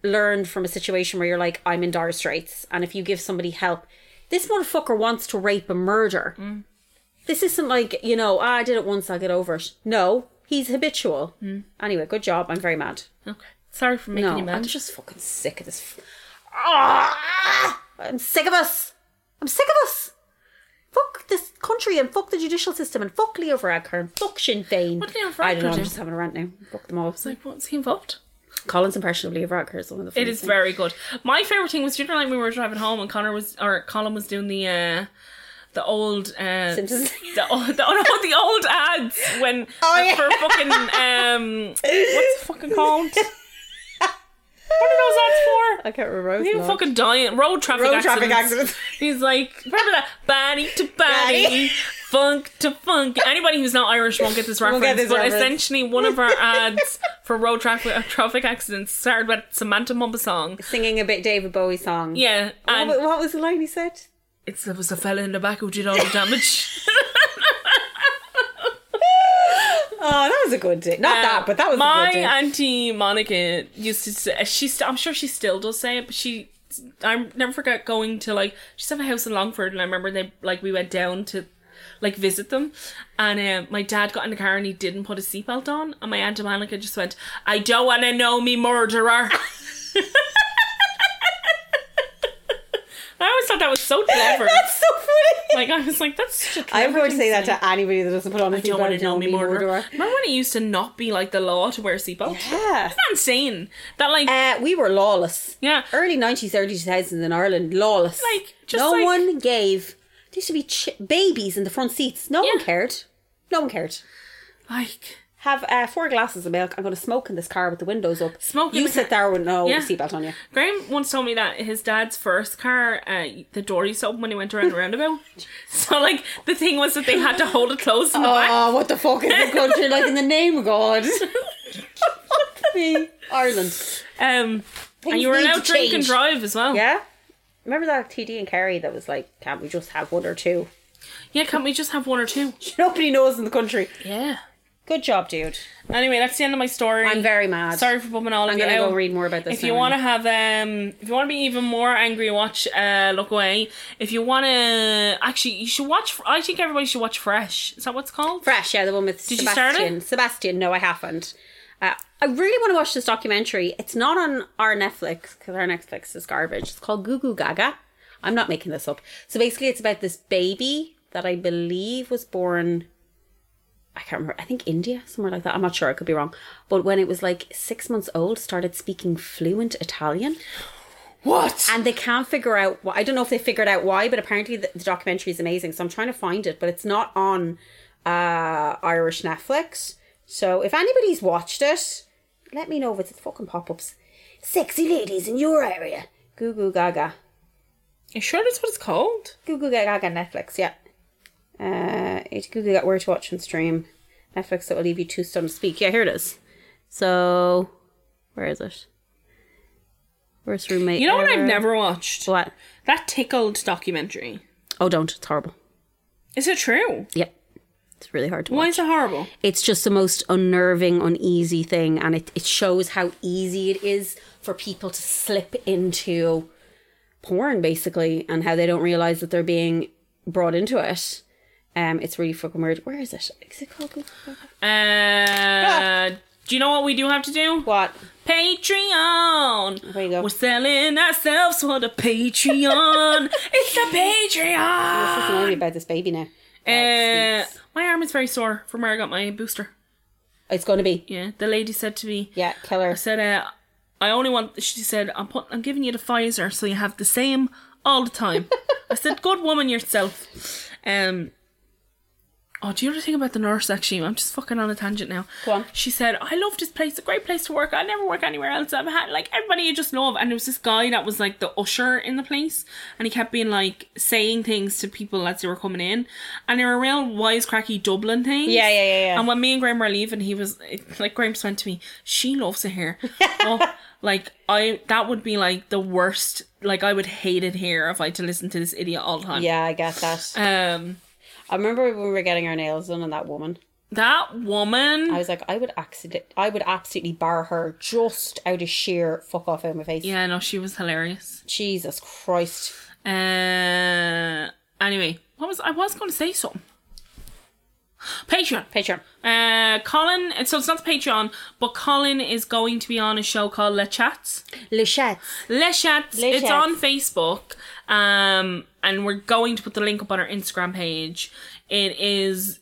Speaker 3: learned from a situation where you're like, I'm in dire straits, and if you give somebody help, this motherfucker wants to rape and murder.
Speaker 2: Mm.
Speaker 3: This isn't like you know, ah, I did it once, I'll get over it. No, he's habitual.
Speaker 2: Mm.
Speaker 3: Anyway, good job. I'm very mad.
Speaker 2: Okay, sorry for making
Speaker 3: No,
Speaker 2: you mad.
Speaker 3: I'm just fucking sick of this. f- Ah, I'm sick of us. I'm sick of us. Fuck this country and fuck the judicial system and fuck Leo Varadkar and fuck Sinn Féin.
Speaker 2: What did Leo
Speaker 3: I don't know.
Speaker 2: Varadkar
Speaker 3: I'm
Speaker 2: do?
Speaker 3: just having a rant now. Fuck them all. It's like
Speaker 2: like, what's he involved?
Speaker 3: Colin's impression of Leo Varadkar is one of the.
Speaker 2: It is very good. My favorite thing was, you know, like we were driving home and Connor was or Colin was doing the. uh the old uh,
Speaker 3: Simpsons.
Speaker 2: the old, the, oh no, the old ads when uh,
Speaker 3: Oh, yeah.
Speaker 2: for fucking um, what's it fucking called? what are those ads for?
Speaker 3: I can't remember.
Speaker 2: You fucking dying road traffic
Speaker 3: Road
Speaker 2: accidents.
Speaker 3: traffic accidents.
Speaker 2: He's like remember that body to body,
Speaker 3: Body.
Speaker 2: funk to funk. Anybody who's not Irish won't get this
Speaker 3: Won't
Speaker 2: reference.
Speaker 3: get this
Speaker 2: but
Speaker 3: reference.
Speaker 2: essentially, one of our ads for road traffic traffic accidents started with Samantha Mumba song.
Speaker 3: singing a bit David Bowie song.
Speaker 2: Yeah,
Speaker 3: What,
Speaker 2: and
Speaker 3: wa- what was the line he said?
Speaker 2: it's there was a fella in the back who did all the damage.
Speaker 3: Oh, that was a good day. Not that, but that was
Speaker 2: Uh, my
Speaker 3: a good day.
Speaker 2: auntie Monica used to. Say, she st- I'm sure she still does say it, but she. I never forget going to like she used to have a house in Longford, and I remember they like we went down to like visit them, and um, my dad got in the car and he didn't put his seatbelt on, and my auntie Monica just went, "I don't want to know me murderer." I always thought that was so clever.
Speaker 3: That's so funny.
Speaker 2: like I was like, "That's such a clever
Speaker 3: I'm going to
Speaker 2: thing
Speaker 3: say that
Speaker 2: say.
Speaker 3: to anybody that doesn't put on a
Speaker 2: I don't want to know me murderer. Remember when it used to not be like the law to wear a seatbelt?
Speaker 3: Yeah.
Speaker 2: Isn't that insane? That like
Speaker 3: Uh, we were lawless.
Speaker 2: yeah.
Speaker 3: Early 90s, early 2000s in Ireland, lawless.
Speaker 2: Like, just
Speaker 3: no
Speaker 2: like-
Speaker 3: one gave. There used to be ch- babies in the front seats. No one
Speaker 2: Yeah.
Speaker 3: cared. No one cared.
Speaker 2: Like
Speaker 3: Have uh, four glasses of milk. I'm going to smoke in this car with the windows up.
Speaker 2: Smoke in
Speaker 3: You
Speaker 2: the
Speaker 3: sit there with no
Speaker 2: Yeah.
Speaker 3: seatbelt on you.
Speaker 2: Graham once told me that his dad's first car, uh, the door used to open when he went around the roundabout. So like the thing was that they had to hold it closed in the back.
Speaker 3: Oh, what the fuck is the country like in the name of God? Fuck me. Ireland.
Speaker 2: Um, and you were
Speaker 3: need
Speaker 2: allowed
Speaker 3: to
Speaker 2: to drink and
Speaker 3: change.
Speaker 2: drive as well.
Speaker 3: Yeah? Remember that TD and Kerry that was like, can't we just have one or two?
Speaker 2: Yeah, can't we just have one or two?
Speaker 3: Nobody knows in the country.
Speaker 2: Yeah.
Speaker 3: Good job, dude.
Speaker 2: Anyway, that's the end of my story.
Speaker 3: I'm very mad.
Speaker 2: sorry for bumming all of
Speaker 3: I'm
Speaker 2: you
Speaker 3: gonna
Speaker 2: out.
Speaker 3: go read more about this.
Speaker 2: If you
Speaker 3: now.
Speaker 2: want to have, um, if you want to be even more angry, watch uh, Look Away. If you want to, actually, you should watch. I think everybody should watch Fresh. Is that what's called?
Speaker 3: Fresh, yeah, the one with
Speaker 2: Did you
Speaker 3: Sebastian.
Speaker 2: start it?
Speaker 3: Sebastian, no, I haven't. Uh, I really want to watch this documentary. It's not on our Netflix because our Netflix is garbage. It's called Goo Goo Gaga. I'm not making this up. So basically, it's about this baby that I believe was born. I can't remember. I think India, somewhere like that. I'm not sure. I could be wrong. But when it was like six months old, started speaking fluent Italian.
Speaker 2: What?
Speaker 3: and they can't figure out why. I don't know if they figured out why, but apparently the, the documentary is amazing. So I'm trying to find it, but it's not on uh, Irish Netflix. So if anybody's watched it, let me know if it's at the fucking pop ups. Sexy ladies in your area. Goo goo gaga.
Speaker 2: you sure that's what it's called?
Speaker 3: Goo goo gaga gaga Netflix, yeah. Uh, it's goo goo gaga where to watch and stream. Netflix that will leave you too stunned to speak. Yeah, here it is. So, where is it? Worst roommate.
Speaker 2: You know what
Speaker 3: ever.
Speaker 2: I've never watched?
Speaker 3: What?
Speaker 2: That tickled documentary.
Speaker 3: Oh, don't. It's horrible.
Speaker 2: Is it true?
Speaker 3: Yep. It's really hard to
Speaker 2: Why
Speaker 3: watch.
Speaker 2: is it horrible?
Speaker 3: It's just the most unnerving, uneasy thing, and it, it shows how easy it is for people to slip into porn, basically, and how they don't realize that they're being brought into it. Um, it's really fucking weird. Where is it? Is it called? Google?
Speaker 2: Uh, do you know what we do have to do?
Speaker 3: Ah. What?
Speaker 2: Patreon.
Speaker 3: There you go.
Speaker 2: We're selling ourselves for the Patreon. it's the
Speaker 3: What's
Speaker 2: Patreon.
Speaker 3: annoying about this baby now?
Speaker 2: Uh, my arm is very sore from where I got my booster.
Speaker 3: It's going to be
Speaker 2: Yeah, the lady said to me.
Speaker 3: yeah, killer.
Speaker 2: I said, uh, I only want. She said, I'm put, I'm giving you the Pfizer, so you have the same all the time. I said, good woman yourself. Um. Oh, do you know the thing about the nurse? Actually, I'm just fucking on a tangent now.
Speaker 3: Go on.
Speaker 2: She said, I love this place. A great place to work. I never work anywhere else. I've had like everybody you just love. And there was this guy that was like the usher in the place, and he kept being like saying things to people as they were coming in, and they were real wisecracky Dublin things.
Speaker 3: Yeah, yeah, yeah, yeah.
Speaker 2: And when me and Graham were leaving, he was it- like, Graham just went to me, she loves it here. oh, like, I, that would be like the worst, like, I would hate it here if I had to listen to this idiot all the time.
Speaker 3: Yeah, I get that.
Speaker 2: Um,
Speaker 3: I remember when we were getting our nails done, and that woman.
Speaker 2: that woman,
Speaker 3: I was like, I would accident, I would absolutely bar her just out of sheer fuck off out of my face.
Speaker 2: yeah, no, she was hilarious.
Speaker 3: Jesus Christ.
Speaker 2: Uh, anyway, what was, I was going to say something. Patreon.
Speaker 3: Patreon.
Speaker 2: Uh, Colin, so it's not the Patreon, but Colin is going to be on a show called Le Chats.
Speaker 3: Le Chats.
Speaker 2: Les Chats.
Speaker 3: Les
Speaker 2: it's
Speaker 3: Chats.
Speaker 2: on Facebook. Um, and we're going to put the link up on our Instagram page. It is.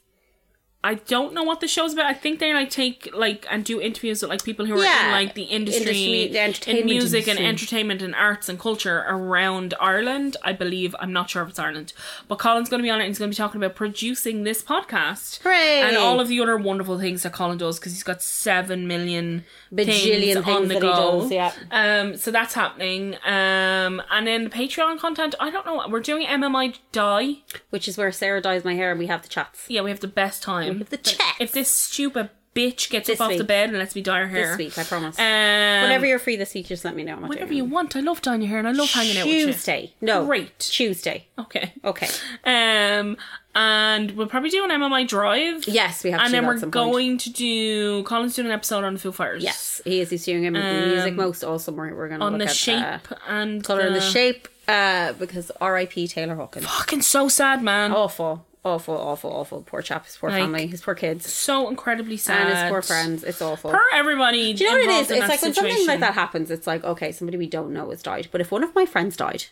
Speaker 2: I don't know what the show's about. I think they like take like and do interviews with like people who are
Speaker 3: Yeah.
Speaker 2: in like the industry,
Speaker 3: Industry- the
Speaker 2: in
Speaker 3: entertainment
Speaker 2: music and
Speaker 3: industry.
Speaker 2: entertainment and arts and culture around Ireland. I believe I'm not sure if it's Ireland, but Colin's going to be on it. and He's going to be talking about producing this podcast
Speaker 3: Hooray.
Speaker 2: and all of the other wonderful things that Colin does because he's got seven million
Speaker 3: Bajillion
Speaker 2: things on
Speaker 3: things
Speaker 2: the
Speaker 3: that he
Speaker 2: go.
Speaker 3: does, yeah.
Speaker 2: Um, so that's happening. Um, and then the Patreon content, I don't know. We're doing MMI Die.
Speaker 3: Which is where Sarah dyes my hair and we have the chats.
Speaker 2: Yeah, we have the best time.
Speaker 3: have the chats.
Speaker 2: If this stupid bitch gets
Speaker 3: This
Speaker 2: up off the
Speaker 3: week.
Speaker 2: bed and lets me dye her hair.
Speaker 3: This week, I promise.
Speaker 2: Um,
Speaker 3: Whenever you're free this week, just let me know. I'm not
Speaker 2: whenever
Speaker 3: doing
Speaker 2: you
Speaker 3: it.
Speaker 2: want. I love dyeing your hair and I love hanging out with you.
Speaker 3: Tuesday. No.
Speaker 2: Great.
Speaker 3: Tuesday.
Speaker 2: Okay.
Speaker 3: Okay.
Speaker 2: Um, and we'll probably do an MMI Drive.
Speaker 3: Yes, we have to
Speaker 2: And
Speaker 3: do
Speaker 2: then
Speaker 3: that
Speaker 2: we're
Speaker 3: at some point.
Speaker 2: going to do. Colin's doing an episode on Foo Fighters.
Speaker 3: Yes, he is. He's doing him the music most awesome. We're, we're going to
Speaker 2: Um, On
Speaker 3: look
Speaker 2: the
Speaker 3: at,
Speaker 2: shape
Speaker 3: uh,
Speaker 2: and
Speaker 3: color and the shape uh, because R.I.P. Taylor Hawkins.
Speaker 2: Fucking so sad, man.
Speaker 3: Awful, awful, awful, awful. Poor chap. His poor
Speaker 2: Like,
Speaker 3: family. His poor kids.
Speaker 2: So incredibly sad.
Speaker 3: And his poor friends. It's awful.
Speaker 2: Per everybody.
Speaker 3: Do you know what it
Speaker 2: involved
Speaker 3: is?
Speaker 2: in
Speaker 3: It's
Speaker 2: that
Speaker 3: like when something
Speaker 2: situation.
Speaker 3: like that happens, it's like, okay, somebody we don't know has died. But if one of my friends died,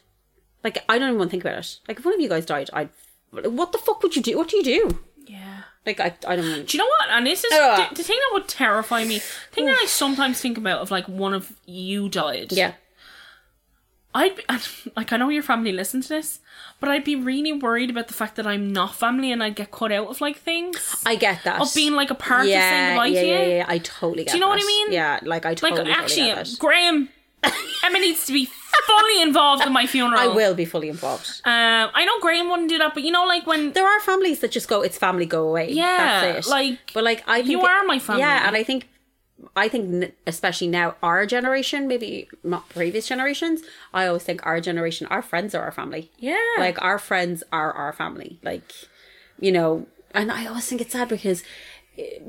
Speaker 3: like, I don't even want to think about it. Like, if one of you guys died, I'd. What the fuck would you do? What do you do?
Speaker 2: Yeah.
Speaker 3: Like, I, I don't know.
Speaker 2: Do you know what? And this is
Speaker 3: Ugh.
Speaker 2: the, the thing that would terrify me. The thing that I sometimes think about of like one of you died.
Speaker 3: Yeah.
Speaker 2: I'd be, like I know your family listened to this, but I'd be really worried about the fact that I'm not family and I'd get cut out of like things
Speaker 3: I get that.
Speaker 2: of being like a part of saying goodbye
Speaker 3: yeah,
Speaker 2: to you.
Speaker 3: yeah, yeah, yeah. I totally get
Speaker 2: you know what I
Speaker 3: that.
Speaker 2: mean?
Speaker 3: Yeah, like, I
Speaker 2: Like
Speaker 3: totally,
Speaker 2: actually,
Speaker 3: totally get that.
Speaker 2: Graham, Emma needs to be fully involved in my funeral.
Speaker 3: I will be fully involved.
Speaker 2: Um, I know Graham wouldn't do that, but you know, like when
Speaker 3: There are families that just go, it's family, go away.
Speaker 2: Yeah,
Speaker 3: That's it.
Speaker 2: like,
Speaker 3: but like, I think
Speaker 2: you are my family.
Speaker 3: Yeah, and I think, I think, n- especially now, our generation, maybe not previous generations, I always think our generation, our friends are our family.
Speaker 2: yeah,
Speaker 3: Like, our friends are our family. Like, you know, and I always think it's sad because eh,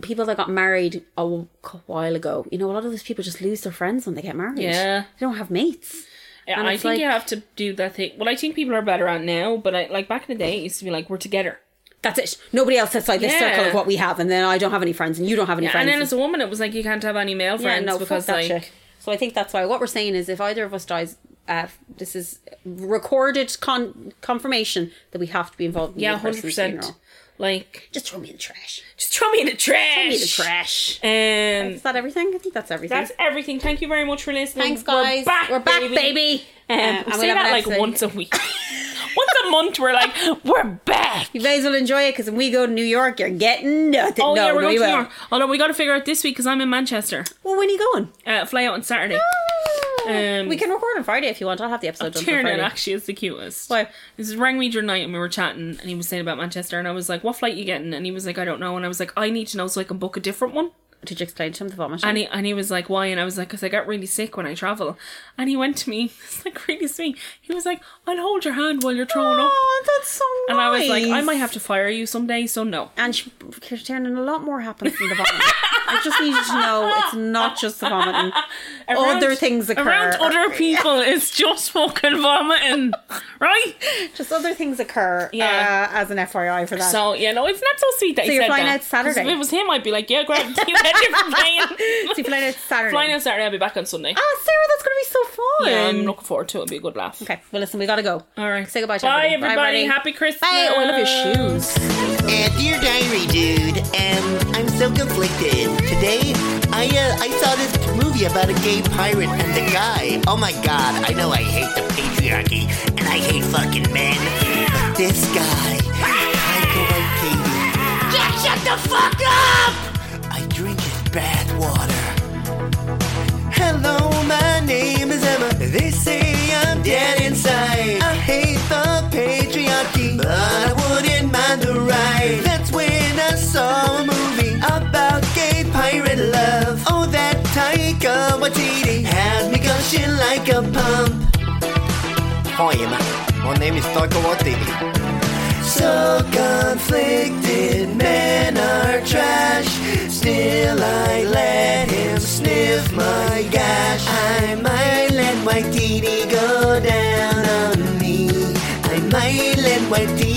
Speaker 3: people that got married a w- while ago, you know, a lot of those people just lose their friends when they get married.
Speaker 2: Yeah.
Speaker 3: They don't have mates.
Speaker 2: Yeah,
Speaker 3: And
Speaker 2: I
Speaker 3: it's
Speaker 2: think you
Speaker 3: like-
Speaker 2: have to do that thing. Well, I think people are better at now, but I like back in the day, it used to be like we're together.
Speaker 3: That's it. Nobody else outside this
Speaker 2: Yeah.
Speaker 3: circle of what we have, and then I don't have any friends, and you don't have any friends.
Speaker 2: And then as a woman, it was like you can't have any male friends
Speaker 3: no, fuck
Speaker 2: because
Speaker 3: that
Speaker 2: like
Speaker 3: shit. So I think that's why what we're saying is if either of us dies, uh, this is recorded con- confirmation that we have to be involved. In
Speaker 2: yeah,
Speaker 3: hundred
Speaker 2: hundred percent. Like,
Speaker 3: Just throw me in the trash.
Speaker 2: just throw me in the trash.
Speaker 3: Throw me in the trash.
Speaker 2: Um,
Speaker 3: Is that everything? I think that's everything.
Speaker 2: that's everything. Thank you very much for listening.
Speaker 3: Thanks, guys.
Speaker 2: We're back,
Speaker 3: baby.
Speaker 2: Um,
Speaker 3: Uh,
Speaker 2: we
Speaker 3: and
Speaker 2: say
Speaker 3: we'll have
Speaker 2: that
Speaker 3: an
Speaker 2: like
Speaker 3: episode.
Speaker 2: once a week. once a month, we're like, we're back.
Speaker 3: You guys will enjoy it because when we go to New York, you're getting nothing.
Speaker 2: Oh
Speaker 3: no,
Speaker 2: yeah, we're
Speaker 3: no,
Speaker 2: going
Speaker 3: you
Speaker 2: to New
Speaker 3: won't.
Speaker 2: York. Although we got to figure out this week because I'm in Manchester.
Speaker 3: Well, when are you going? Ah,
Speaker 2: Uh, fly out on Saturday. Um,
Speaker 3: we can record on Friday if you want. I'll have the episode done for
Speaker 2: Tiernan
Speaker 3: Friday.
Speaker 2: actually is the cutest.
Speaker 3: Why?
Speaker 2: This rang me during night and we were chatting and he was saying about Manchester and I was like, What flight you getting? And he was like, I don't know. And I was like, I need to know so I can book a different one.
Speaker 3: Did you explain to him the vomit?
Speaker 2: And he, and he was like, Why? And I was like, Because I get really sick when I travel. And he went to me, it's like really sweet. He was like, I'll hold your hand while you're throwing up.
Speaker 3: oh, that's so nice.
Speaker 2: And I was like, I might have to fire you someday, so no.
Speaker 3: And she, Tiernan, a lot more happens than the vomit. I just need you to know it's not just the vomiting. other things occur.
Speaker 2: Around other people, it's just fucking vomiting, right?
Speaker 3: Just other things occur.
Speaker 2: Yeah.
Speaker 3: Uh, as an FYI for that.
Speaker 2: So you know, it's not so sweet that
Speaker 3: So
Speaker 2: he
Speaker 3: you're
Speaker 2: said
Speaker 3: flying
Speaker 2: that.
Speaker 3: out Saturday?
Speaker 2: 'Cause If it was him, I'd be like, yeah, grab you get different plane.
Speaker 3: so you fly out Saturday.
Speaker 2: Flying out Saturday, I'll be back on Sunday.
Speaker 3: Oh, Sarah, that's gonna be so fun.
Speaker 2: Yeah, I'm looking forward to it. It'll be a good laugh.
Speaker 3: Okay, well, listen, we gotta go.
Speaker 2: All right.
Speaker 3: Say goodbye to
Speaker 2: Bye,
Speaker 3: everybody.
Speaker 2: everybody.
Speaker 3: Bye, everybody.
Speaker 2: Happy Christmas.
Speaker 3: Bye. Oh, I love your shoes.
Speaker 5: Uh, dear diary dude, um, I'm so conflicted. Today, I uh, I saw this movie about a gay pirate and the guy. Oh my god, I know I hate the patriarchy and I hate fucking men, but this guy, Taika Waititi. Jack, shut the fuck up! I drink his bath water. Hello, my name is Emma. They say I'm dead inside. I hate the patriarchy, but I wouldn't mind the ride. That's when I saw a movie about gay pirate love. Oh, that Taika Waititi has me gushing like a pump.
Speaker 4: Hi, Emma. My name is Taika Waititi.
Speaker 5: So conflicted men are trash. Still, I let him sniff my gash. I might let Waititi go down on me. I might let Waititi